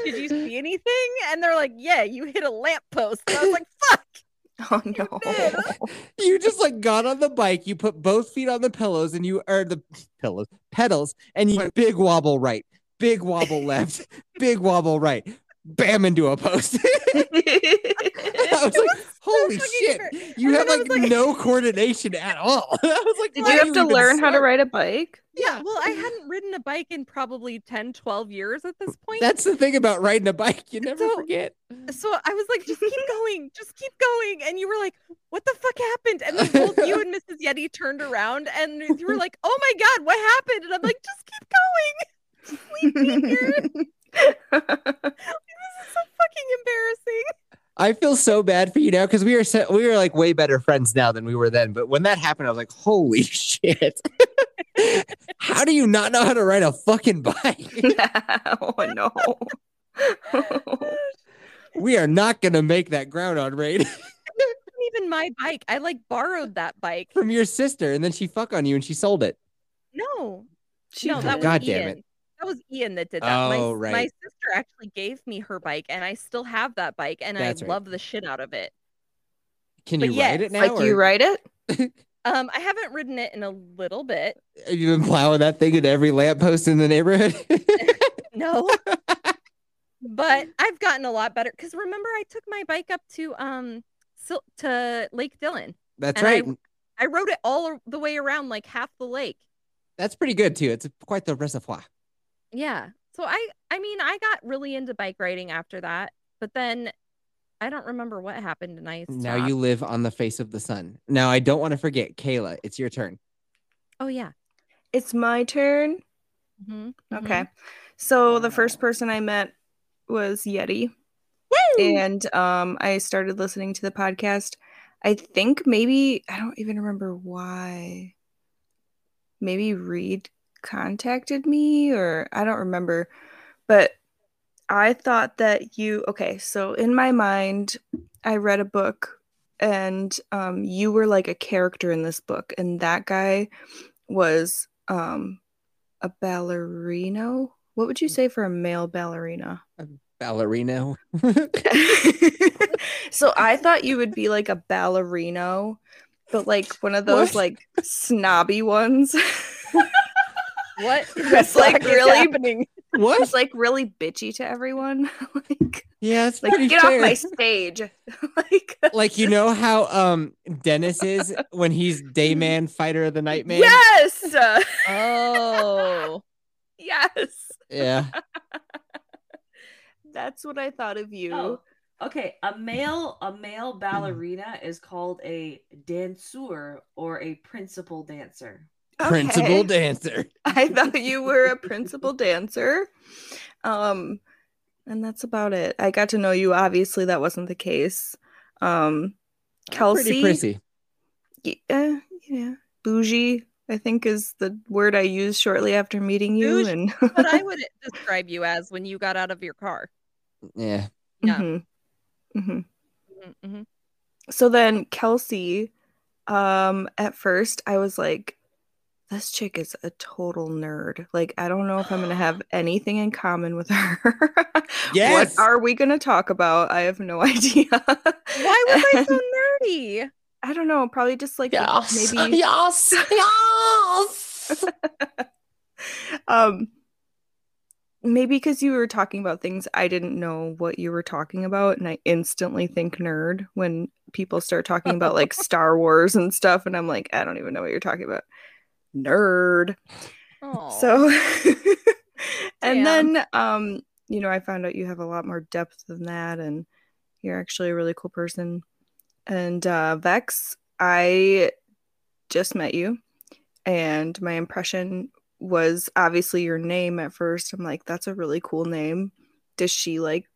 Speaker 1: did you see anything?" And they're like, "Yeah, you hit a lamppost." And I <laughs> was like, "Fuck."
Speaker 2: Oh no.
Speaker 3: You just like got on the bike, you put both feet on the pillows and you or the pillows, pedals, and you went big wobble right, big wobble left, <laughs> big wobble right, bam into a post. <laughs> I was like, holy
Speaker 1: fucking
Speaker 3: shit,
Speaker 1: embar-
Speaker 3: you
Speaker 1: And
Speaker 3: have
Speaker 1: then I
Speaker 3: like,
Speaker 1: was like-
Speaker 3: no coordination at all. <laughs> I was
Speaker 2: <laughs>
Speaker 3: like,
Speaker 2: Did
Speaker 3: why
Speaker 2: you
Speaker 3: do
Speaker 2: have to
Speaker 3: even
Speaker 2: learn how to
Speaker 3: start?
Speaker 2: ride a bike?
Speaker 3: Yeah,
Speaker 1: Well, I hadn't ridden a bike in probably 10, 12 years at this point.
Speaker 3: that's the thing about riding a bike. You never
Speaker 1: So-
Speaker 3: forget.
Speaker 1: so I was like, just <laughs> keep going, just keep going. And you were like, what the fuck happened? And then both you and Mrs. Yeti turned around and you were like, oh my God, what happened? And I'm like, just keep going. This is so fucking embarrassing.
Speaker 3: I feel so bad for you now because we are so, we are like way <laughs> better friends now than we were then. But when that happened, I was like, holy shit. How do you not know how to ride a fucking
Speaker 2: <laughs>
Speaker 3: bike? <laughs>
Speaker 2: oh <laughs> no.
Speaker 3: We are not gonna make that groundhog raid <laughs>
Speaker 1: even my bike. I like borrowed that bike.
Speaker 3: from your sister, and then she fuck on you and she sold it.
Speaker 1: No,
Speaker 5: She
Speaker 1: no, that was
Speaker 3: God
Speaker 1: Ian.
Speaker 3: damn it.
Speaker 1: That was Ian that did that. my,
Speaker 3: Oh,
Speaker 1: s-
Speaker 3: right.
Speaker 1: my sister actually gave me her bike, and I still have that bike, and
Speaker 3: That's
Speaker 1: I
Speaker 3: right.
Speaker 1: love the shit out of it.
Speaker 3: Can
Speaker 1: But
Speaker 3: you
Speaker 1: yes,
Speaker 3: ride it now?
Speaker 2: like you
Speaker 3: or-
Speaker 2: write it?
Speaker 3: <laughs>
Speaker 1: Um, I haven't ridden it in a little bit.
Speaker 3: Have you been plowing that thing into every lamppost in the neighborhood? <laughs>
Speaker 1: No. but I've gotten a lot better because remember I took my bike up to um Sil- to Lake Dillon.
Speaker 3: That's
Speaker 1: And I-
Speaker 3: right.
Speaker 1: I rode it all ar- the way around, like half the lake.
Speaker 3: That's pretty good too. It's quite the reservoir.
Speaker 1: Yeah. So I I mean I got really into bike riding after that, but then I don't remember what happened and I
Speaker 3: Now
Speaker 1: stopped.
Speaker 3: you live on the face of the sun. Now I don't want to forget, Kayla. It's your turn.
Speaker 1: Oh yeah.
Speaker 2: It's my turn.
Speaker 1: Mhm,
Speaker 2: Okay.
Speaker 1: mhm.
Speaker 2: So the first person I met was Yeti. And um, I started listening to the podcast. I think maybe, I don't even remember why. Maybe Reed contacted me, or I don't remember. But I thought that you, okay, so in my mind, I read a book and um, you were like a character in this book, and that guy was um, a ballerino. What would you say for a male ballerina? <laughs>
Speaker 3: Ballerino.
Speaker 2: so I thought you would be like a ballerino, but like one of those
Speaker 3: What?
Speaker 2: like snobby ones. <laughs>
Speaker 1: What?
Speaker 2: That's like really
Speaker 1: happening.
Speaker 3: What?
Speaker 2: It's like really bitchy to everyone. <laughs> like,
Speaker 3: Yeah, it's
Speaker 2: like
Speaker 3: pretty
Speaker 2: get
Speaker 3: fair.
Speaker 2: off my stage. <laughs> like,
Speaker 3: Like you know how um Dennis is when he's
Speaker 2: <laughs>
Speaker 3: day man, fighter of the night man.
Speaker 2: yes,
Speaker 1: Oh.
Speaker 2: <laughs> yes.
Speaker 3: Yeah.
Speaker 2: That's what I thought of you.
Speaker 5: Oh, okay. A male a male ballerina is called a danseur or a principal dancer.
Speaker 3: Principal
Speaker 2: <laughs> Okay.
Speaker 3: dancer.
Speaker 2: I thought you were a principal dancer. Um, and that's about it. I got to know you. Obviously, that wasn't the case. Um,
Speaker 3: Pretty
Speaker 2: Kelsey,
Speaker 3: prissy.
Speaker 2: y- uh, yeah, bougie. I think is the word I used shortly after meeting you.
Speaker 1: Bougie,
Speaker 2: And <laughs>
Speaker 1: But I would describe you as when you got out of your car.
Speaker 3: Yeah.
Speaker 1: Yeah.
Speaker 2: Mhm. Mhm.
Speaker 1: Mhm,
Speaker 2: <laughs>
Speaker 1: mhm.
Speaker 2: so then Kelsey, um, at first I was like, this chick is a total nerd. Like, I don't know if I'm gonna have anything in common with her. <laughs>
Speaker 3: Yes.
Speaker 2: What are we gonna talk about? I have no <laughs> idea.
Speaker 1: Why was
Speaker 2: <laughs>
Speaker 1: I so nerdy?
Speaker 2: I don't know, probably just like
Speaker 4: <laughs>
Speaker 9: Yes.
Speaker 2: maybe
Speaker 9: Yes. Yes.
Speaker 2: um maybe because you were talking about things I didn't know what you were talking about, and I instantly think nerd when people start talking about like Star Wars and stuff, and I'm like, I don't even know what you're talking about. Nerd.
Speaker 1: Oh.
Speaker 2: So, <laughs> and
Speaker 1: Damn.
Speaker 2: then, um, you know, I found out you have a lot more depth than that, and you're actually a really cool person. And uh, Vex, I just met you, and my impression was obviously your name at first. I'm like, that's a really cool name. Does she like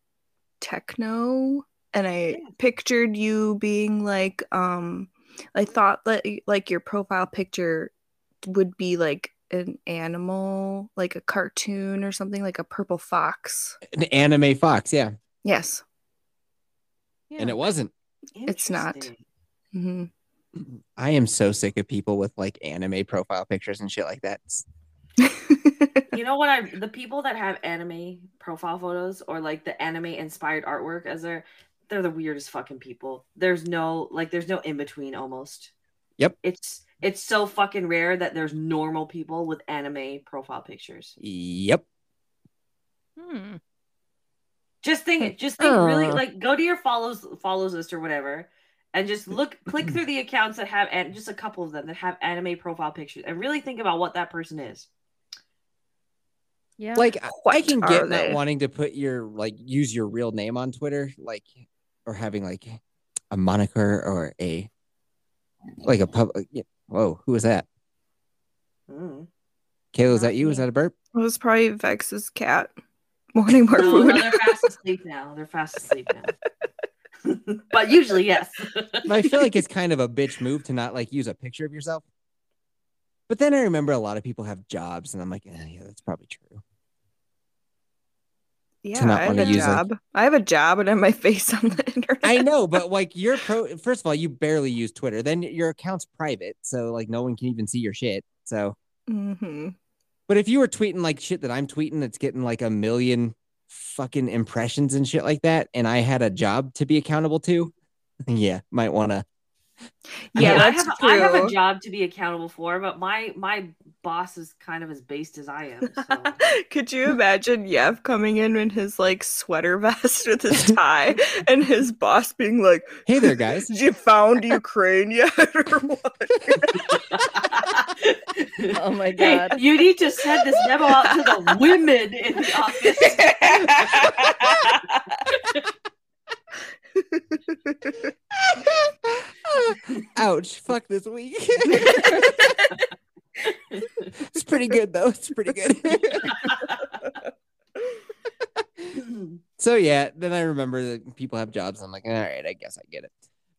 Speaker 2: techno? And I pictured you being like, um, I thought that like your profile picture would be like an animal, like a cartoon or something, like a purple fox.
Speaker 3: An anime fox, yeah.
Speaker 2: Yes.
Speaker 1: Yeah.
Speaker 3: And it wasn't.
Speaker 2: It's not.
Speaker 5: Interesting.
Speaker 2: <laughs> hmm
Speaker 3: I am so sick of people with like anime profile pictures and shit like that. It's-
Speaker 5: You know what I the people that have anime profile photos or like the anime inspired artwork as their they're the weirdest fucking people. There's no like there's no in between almost.
Speaker 3: Yep.
Speaker 5: It's it's so fucking rare that there's normal people with anime profile pictures.
Speaker 3: Yep.
Speaker 1: Hmm.
Speaker 5: Just think, just think, really
Speaker 3: Aw.
Speaker 5: like go to your follows follows list or whatever, and just look, click through the accounts that have and just a couple of them that have anime profile pictures, and really think about what that person is.
Speaker 1: Yeah.
Speaker 3: Like I- I
Speaker 2: What
Speaker 3: can
Speaker 2: are
Speaker 3: get not
Speaker 2: they?
Speaker 3: wanting to put your like use your real name on Twitter, like or having like a moniker or a like a public. yeah. Whoa, who was that?
Speaker 5: Mm.
Speaker 3: Kayla, is
Speaker 5: Not
Speaker 3: that you? Was
Speaker 5: me.
Speaker 3: that a burp?
Speaker 2: It was probably Vex's cat <laughs> wanting more
Speaker 5: No,
Speaker 2: food.
Speaker 5: Oh, no, they're fast asleep now. They're fast asleep now. but usually, yes. <laughs>
Speaker 3: I feel like it's kind of a bitch move to not like use a picture of yourself. But then I remember a lot of people have jobs, and I'm like, eh, yeah, that's probably true.
Speaker 2: <laughs> Yeah,
Speaker 3: not
Speaker 2: I have
Speaker 3: wanna
Speaker 2: a
Speaker 3: use, like-
Speaker 2: job. I have a job and I have my <laughs> face on the internet. <laughs>
Speaker 3: I know, but like your pro, first of all, you barely use Twitter. Then your account's private, so like no one can even see your shit. So,
Speaker 2: hmm
Speaker 3: but if you were tweeting like shit that I'm tweeting, that's getting like a million fucking impressions and shit like that, and I had a job to be accountable to, <laughs> yeah, might want to.
Speaker 2: Yeah,
Speaker 5: I
Speaker 2: that's
Speaker 5: have, I have a
Speaker 2: true.
Speaker 5: job to be accountable for, but my my boss is kind of as based as I am. So.
Speaker 2: Could you imagine Yev coming in in his like sweater vest with
Speaker 3: <laughs>
Speaker 2: his tie and his boss being like,
Speaker 3: Hey
Speaker 2: <laughs>
Speaker 3: there, guys.
Speaker 2: you found Ukraine yet <laughs> or what?
Speaker 1: Oh my
Speaker 5: Hey,
Speaker 1: god.
Speaker 5: you need to send this memo out to the women in the office.
Speaker 3: Ouch! Fuck this week. it's pretty good though. It's pretty good. So yeah, then I remember that people have jobs. And I'm like, all right, I guess I get it.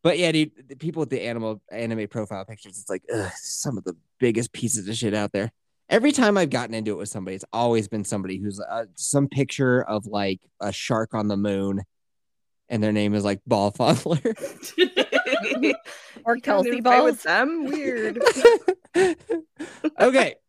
Speaker 3: But yeah, dude, the people with the animal anime profile pictures, it's like ugh, some of the biggest pieces of shit out there. Every time I've gotten into it with somebody, it's always been somebody who's uh, some picture of like a shark on the moon, and their name is like Ball Fondler.
Speaker 1: Or
Speaker 5: <laughs>
Speaker 2: You got in a
Speaker 1: Kelsey
Speaker 2: fight with
Speaker 1: balls.
Speaker 2: them? Weird.
Speaker 3: <laughs> okay,